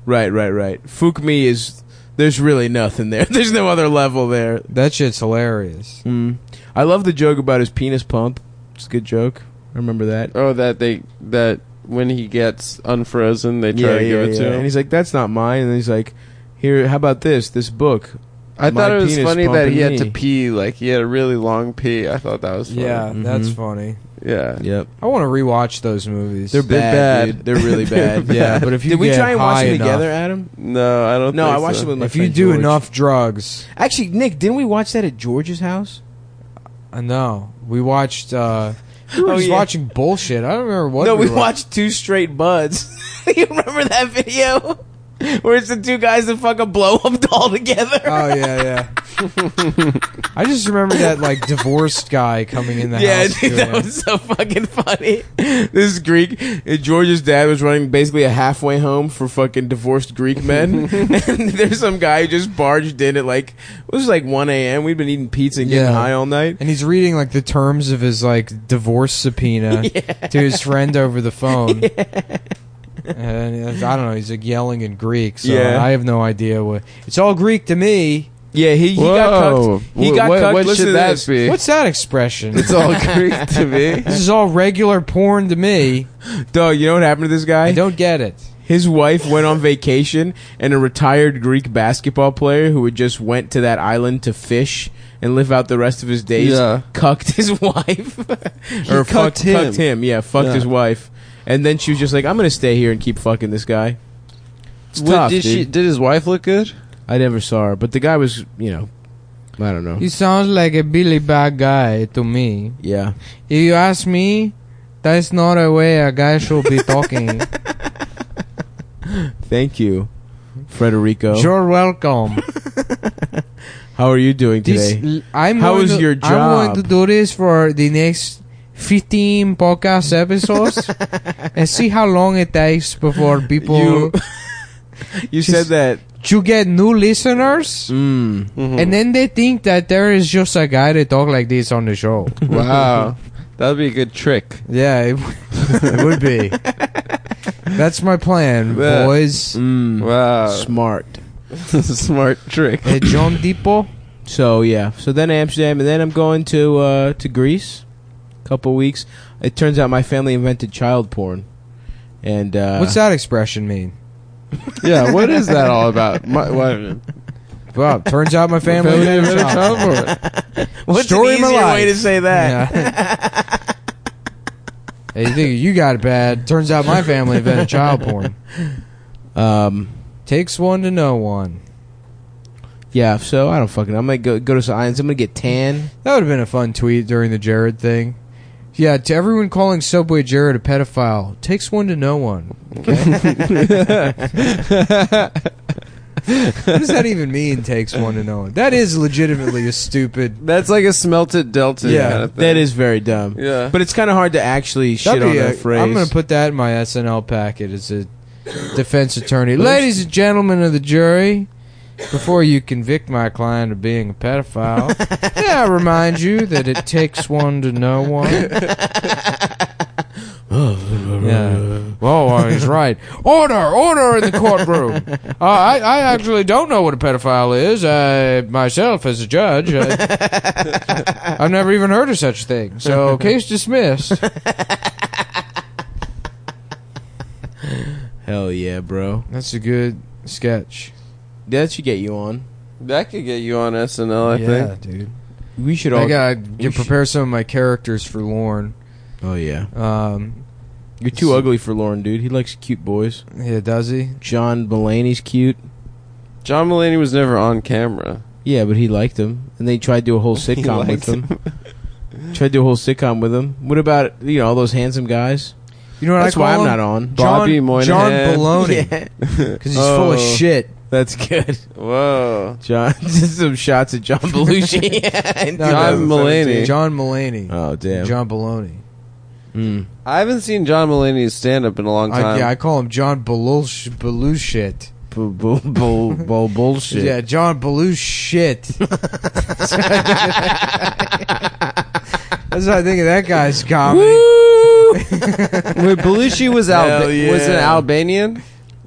S2: right, right, right. Fook me is there's really nothing there. There's no other level there.
S1: that shit's hilarious.
S2: Mm. I love the joke about his penis pump. It's a good joke. I remember that.
S3: Oh, that they that when he gets unfrozen, they try
S2: yeah,
S3: to
S2: yeah,
S3: give it to
S2: yeah.
S3: him.
S2: And he's like, "That's not mine." And he's like, "Here, how about this? This book."
S3: I
S2: My
S3: thought it was
S2: penis
S3: funny that he had
S2: pumping
S3: to
S2: me.
S3: pee. Like he had a really long pee. I thought that was funny.
S1: Yeah, that's
S2: Mhm.
S1: funny.
S3: yeah.
S2: Yep,
S1: I want to rewatch those movies.
S2: they're, bad.
S3: bad.
S2: dude. They're really bad.
S1: Yeah, but if you
S2: did we
S1: get
S2: try and watch
S1: high
S2: them
S1: enough-
S2: together, Adam?
S3: No, I don't.
S2: No,
S3: think
S2: I watched
S3: so.
S2: it with my
S1: if
S2: friend
S1: you do
S2: George.
S1: enough drugs,
S2: Actually, Nick, didn't we watch that at George's house?
S1: I know. We watched. uh we were
S2: Oh,
S1: just
S2: yeah.
S1: watching bullshit. I don't remember what.
S2: no, we
S1: were-
S2: watched two straight buds. you remember that video where it's the two guys that fuck a blow up doll together?
S1: Oh yeah, yeah. I just remember that like divorced guy coming in the
S2: yeah,
S1: house.
S2: dude,
S1: to
S2: that
S1: him.
S2: was so fucking funny. This Greek, uh, George's dad was running basically a halfway home for fucking divorced Greek men, and there's some guy who just barged in at like it was like 1 a.m. We'd been eating pizza and getting
S1: Yeah.
S2: high all night.
S1: and he's reading like the terms of his like divorce subpoena to his friend over the phone. And I don't know. He's like yelling in Greek, so
S2: Yeah.
S1: I have no idea what. It's all Greek to me.
S2: Yeah, he, he got
S3: Whoa.
S2: cucked. He
S3: Wh-
S2: got
S3: what-
S2: cucked.
S3: what
S2: Listen
S3: should
S2: to
S3: that
S2: this.
S3: be?
S1: What's that expression?
S3: It's all Greek to me.
S1: this is all regular porn to me.
S2: Dog, you know what happened to this guy?
S1: I don't get it.
S2: His wife went on vacation, and a retired Greek basketball player who had just went to that island to fish and live out the rest of his days
S3: Yeah.
S2: cucked his wife, or
S3: cucked
S2: fucked
S3: him.
S2: cucked him. Yeah, fucked
S3: Yeah.
S2: his wife, and then she was just like, "I'm gonna stay here and keep fucking this guy." It's
S3: What,
S2: tough,
S3: did
S2: dude.
S3: she? Did his wife look good?
S2: I never saw her, but the guy was, you know, I don't know.
S1: He sounds like a Billy Bad guy to me.
S2: yeah.
S1: If you ask me, that's not a way a guy should be talking.
S2: Thank you, Frederico.
S1: You're welcome.
S2: How are you doing
S1: This,
S2: today?
S1: l- I'm
S2: How
S1: going
S2: is
S1: to-
S2: your
S1: I'm going to
S2: job?
S1: do this for the next 15 podcast episodes and see how long it takes before people.
S2: You-
S1: You,
S2: you
S1: just-
S2: said that.
S1: get new listeners,
S2: Mm.
S1: and then they think that there is just a guy that talk like this on the show.
S3: wow, that would be a good trick.
S1: yeah, it, w- it would be. That's my plan,
S3: Yeah.
S1: boys.
S2: Mm.
S3: Wow,
S2: Smart.
S3: smart trick.
S1: Hey, John Depot.
S2: So yeah. So then Amsterdam, and then I'm going to uh, to Greece. Couple weeks. It turns out my family invented child porn. And uh,
S1: What's that expression mean?
S3: Yeah, what is that all about? My, what,
S1: Well, turns out my family
S3: Family
S1: had a
S3: had a
S1: child.
S2: What's
S1: Story of
S2: an
S1: my
S2: easier
S1: life.
S2: way to say that?
S1: Yeah. hey, you think you got it bad? Turns out my family invented child porn.
S2: Um.
S1: Takes one to know one.
S2: Yeah. So I don't fucking. I'm gonna go go to some islands. I'm gonna get tan.
S1: That would have been a fun tweet during the Jared thing. Yeah, to everyone calling Subway Jared a pedophile, takes one to know one. What does that even mean? Takes one to know one. That is legitimately a stupid.
S3: that's like a smelted Delta.
S1: Yeah,
S3: kind of thing.
S2: That is very dumb.
S3: Yeah.
S2: But it's kind of hard to actually shit
S1: That'd
S2: on
S1: be
S2: that
S1: a-
S2: phrase.
S1: I'm going to put that in my SNL packet as a defense attorney. Ladies and gentlemen of the jury, before you convict my client of being a pedophile, may I remind you that it takes one to know one? yeah. Well, uh, he's right. Order, order in the courtroom. Uh, I, I actually don't know what a pedophile is. I myself, as a judge, I, I've never even heard of such a thing. So, case dismissed.
S2: Hell yeah, bro.
S1: That's a good sketch.
S2: That should get you on.
S3: that could get you on SNL. I think.
S1: dude.
S2: We should all.
S1: I gotta
S2: we
S1: get
S2: should-
S1: prepare some of my characters for Lorne.
S2: Oh yeah.
S1: Um,
S2: You're too ugly for Lauren, dude. He likes cute boys.
S1: yeah, does he?
S2: John Mulaney's cute.
S3: John Mulaney was never on camera.
S2: Yeah, but he liked him, and they tried to do a whole sitcom with
S3: liked
S2: him. tried to do a whole sitcom with him. What about you know all those handsome guys?
S1: You know what
S2: That's
S1: I call
S2: why I'm
S1: him?
S2: not on.
S1: John,
S3: Bobby
S1: John
S3: Moynihan.
S1: Baloney, because he's full of
S2: Oh.
S1: shit.
S2: That's good.
S3: Whoa.
S2: John, just some shots at John Belushi. and
S1: No,
S3: John
S1: no.
S3: Mulaney.
S1: John Mulaney.
S2: Oh damn.
S1: John Baloney.
S2: Mm.
S3: I haven't seen John Mulaney's stand up in a long time.
S1: I, yeah, I call him John Belush Belushit.
S2: Bull, bull, bull, bull bullshit.
S1: Yeah, John Belushit. That's what I think of that guy's comedy.
S3: Wait, Belushi was Al-
S2: Hell yeah.
S3: was an Albanian.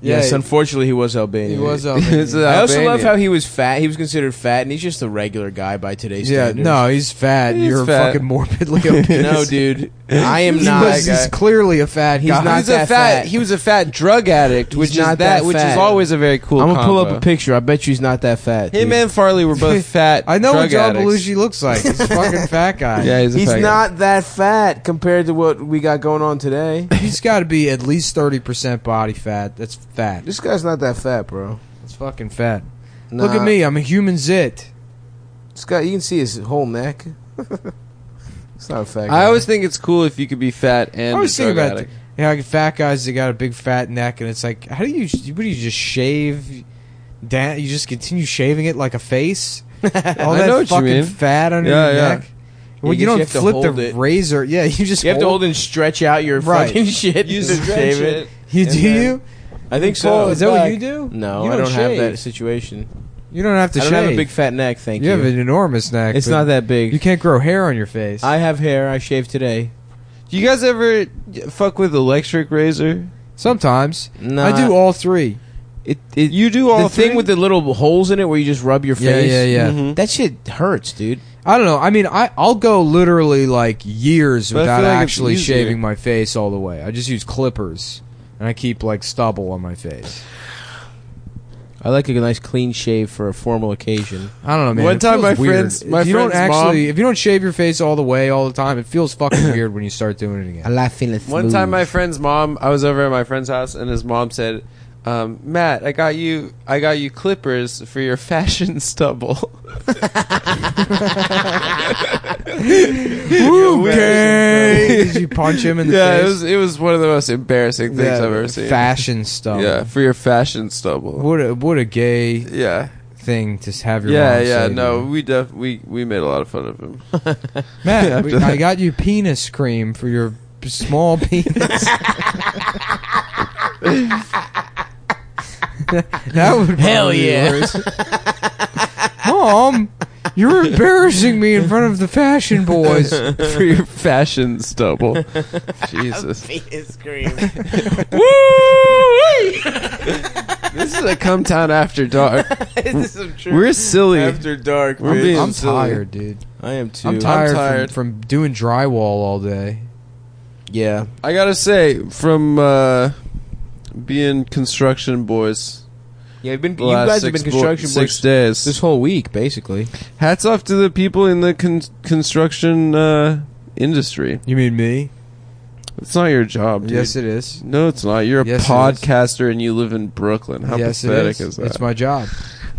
S1: Yeah,
S2: yes,
S1: he-
S2: unfortunately, he was Albanian.
S1: He was
S3: It's
S1: Albanian.
S3: a-
S2: I also love
S3: Albanian.
S2: how he was fat. He was considered fat, and he's just a regular guy by today's
S1: Yeah,
S2: standards.
S1: no, he's fat.
S3: He's
S1: You're
S3: fat.
S1: fucking morbidly obese.
S2: no, dude, I am
S1: He's,
S2: not.
S1: he's clearly a fat
S2: He's
S1: guy.
S2: not
S3: He's a
S2: that
S3: fat,
S2: fat.
S3: He was a fat drug addict, which is
S2: not
S3: that,
S2: that
S3: which is
S2: fat.
S3: always a very cool.
S2: I'm gonna pull up
S3: combo.
S2: a picture. I bet you he's not that fat.
S3: Him
S2: dude.
S3: and Farley were both fat.
S1: I know
S3: drug
S1: what John
S3: addicts.
S1: Belushi looks like. He's a fucking fat guy.
S3: Yeah, he's, a
S2: he's
S3: fat guy.
S2: not that fat compared to what we got going on today.
S1: He's got to be at least thirty percent body fat. That's fat.
S2: This guy's not that fat, bro.
S1: That's fucking fat.
S2: Nah.
S1: Look at me. I'm a human zit.
S2: This guy, you can see his whole neck. it's not a fat.
S3: I
S2: guy.
S3: always think it's cool if you could be fat and
S1: I always
S3: a
S1: think
S3: drug
S1: about
S3: addict.
S1: th- yeah, like fat guys that got a big fat neck, and it's like, how do you? What do you just shave? Down, you just continue shaving it like a face. All that
S3: know what you
S1: fucking
S3: mean.
S1: fat under
S3: Yeah,
S1: your
S3: yeah.
S1: neck. Well,
S2: You
S1: you,
S2: just
S1: don't
S2: have to
S1: flip
S2: hold
S1: the
S2: it.
S1: razor. Yeah, you just
S2: you have to hold and stretch out your
S1: Right.
S2: fucking shit.
S3: You
S2: and
S3: stretch
S2: shave
S3: it.
S1: You
S3: and
S1: do
S3: then-
S1: you?
S2: I think so.
S1: Paul, is that what you do?
S2: No,
S1: You
S2: I don't have
S1: shave.
S2: that situation.
S1: You don't have to
S2: I don't
S1: shave.
S2: have a big fat neck. Thank
S1: you
S2: you.
S1: have an enormous neck.
S2: it's
S1: but
S2: not that big.
S1: You can't grow hair on your face.
S2: I have hair. I shaved today.
S3: Do you guys ever fuck with electric razor?
S1: Sometimes
S2: No,
S1: I do all three.
S2: It, it,
S3: You do all
S2: the thing
S3: three?
S2: with the little holes in it where you just rub your
S1: Yeah,
S2: face.
S1: yeah, yeah.
S3: Mhm.
S2: That shit hurts, dude.
S1: I don't know. I mean, I I'll go literally like years
S3: But I
S1: without
S3: feel like it's
S1: actually
S3: easier.
S1: shaving my face all the way. I just use clippers and I keep like stubble on my face.
S2: I like a nice clean shave for a formal occasion.
S1: I don't know, man.
S3: One
S1: It
S3: time
S1: feels
S3: my
S1: weird.
S3: friend's- my
S1: if you don't
S3: friend's
S1: actually
S3: mom-
S1: if you don't shave your face all the way all the time, it feels fucking weird when you start doing it again.
S2: like feeling
S3: One time, my friend's mom. I was over at my friend's house, and his mom said, um, Matt, I got you. I got you clippers for your fashion stubble.
S1: Okay. Did you punch him in the
S3: yeah,
S1: face?
S3: it was it was one of the most embarrassing things
S1: Yeah,
S3: I've ever seen.
S1: Fashion stuff.
S3: Yeah, for your fashion stubble.
S1: What a what a gay
S3: Yeah,
S1: thing to have your
S3: yeah,
S1: mom
S3: yeah.
S1: say to
S3: No,
S1: you.
S3: we def we we made a lot of fun of him.
S1: Matt, we-
S3: After
S1: I got you penis cream for your p- small penis. that would hell yeah, mom. You're embarrassing me in front of the fashion boys.
S3: for your fashion stubble. Jesus.
S4: Penis cream.
S3: This is a come town after dark.
S4: this is true.
S3: We're silly.
S2: After dark,
S3: We're
S2: bitch.
S3: being-
S1: I'm
S3: silly.
S1: tired, dude.
S2: I am too.
S1: I'm tired, from-
S3: tired.
S1: From, doing drywall all day.
S2: Yeah.
S3: I gotta say, from uh, being construction boys,
S2: Yeah, you've been,
S3: the
S2: you
S3: last
S2: guys have
S3: six
S2: been
S3: bo-
S2: construction
S3: six
S2: boys
S3: days.
S2: this whole week, basically.
S3: Hats off to the people in the con- construction uh, industry.
S1: You mean me?
S3: It's not your job, dude.
S1: Yes, it is.
S3: no, it's not. You're a
S1: Yes, it is.
S3: podcaster and you live in Brooklyn. How
S1: yes,
S3: pathetic
S1: it is.
S3: that?
S1: It's my job.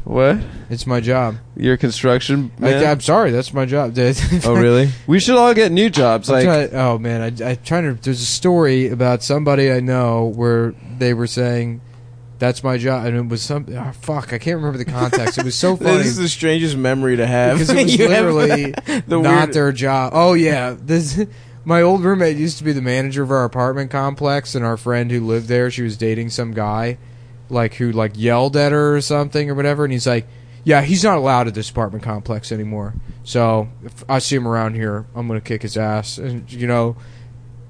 S3: what?
S1: It's my job.
S3: You're a construction
S1: I,
S3: man? Oh,
S1: am sorry. That's my job. dude.
S3: really? we should all get new jobs.
S1: I'm
S3: Like,
S1: try- oh man, I, I'm trying to. There's a story about somebody I know where they were saying, "That's my job," and it was some. Oh, fuck, I can't remember the context. It was so funny
S2: This is the strangest memory to have.
S1: because it was
S2: You have-
S1: literally
S2: the
S1: not
S2: weird-
S1: their job. Oh yeah, this. My old roommate used to be the manager of our apartment complex, and our friend who lived there, she was dating some guy, like who like yelled at her or something or whatever, and he's like, "Yeah, he's not allowed at this apartment complex anymore. So if I see him around here, I'm gonna kick his ass." And you know,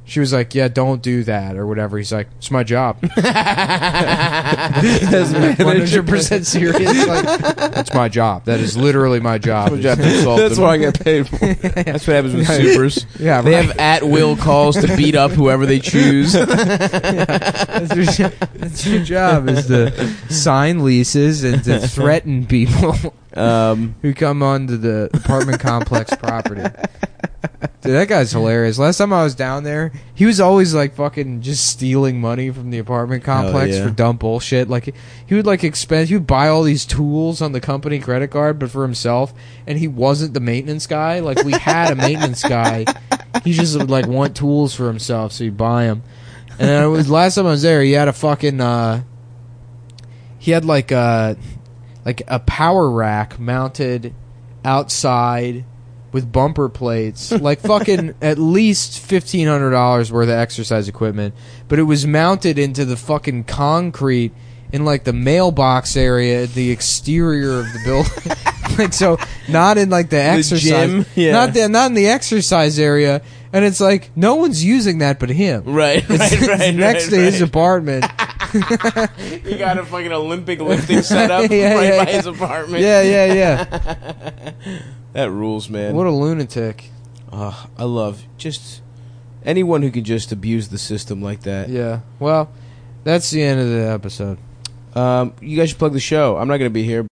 S1: she was like, "Yeah, don't do that or whatever." He's like, "It's my job."
S3: as
S1: One
S3: manager.
S1: hundred percent serious. Like, That's my job. That is literally my job.
S2: my job to solve
S3: That's
S2: them.
S3: what I get paid for.
S2: That's what happens with supers.
S1: Yeah,
S2: They
S1: right.
S2: have at will calls to beat up whoever they choose.
S1: That's your, jo- that's your job is to sign leases and to threaten people
S2: Um,
S1: who come onto the apartment complex property. Dude, that guy's hilarious. Last time I was down there, he was always like fucking just stealing money from the apartment complex
S2: yeah.
S1: for dumb bullshit. Like he would like expend, he would buy all these tools on the company credit card, but for himself. And he wasn't the maintenance guy. Like we had a maintenance guy. He just would like want tools for himself, so he'd buy them. And I was last time I was there, he had a fucking uh, he had like a like a power rack mounted outside with bumper plates, like fucking at least fifteen hundred dollars worth of exercise equipment. But it was mounted into the fucking concrete in like the mailbox area, at the exterior of the building. like so, not in like the exercise,
S2: gym? Yeah.
S1: not the, not in the exercise area. And it's like no one's using that but him.
S2: right.
S1: It's, it's next to his apartment.
S4: He got a fucking Olympic lifting setup
S1: Yeah,
S4: right
S1: yeah,
S4: by
S1: yeah.
S4: his apartment.
S1: yeah, yeah, yeah.
S2: That rules, man.
S1: What a lunatic.
S2: Ugh, I love just anyone who can just abuse the system like that.
S1: Yeah. Well, that's the end of the episode.
S2: Um, you guys should plug the show. I'm not going to be here.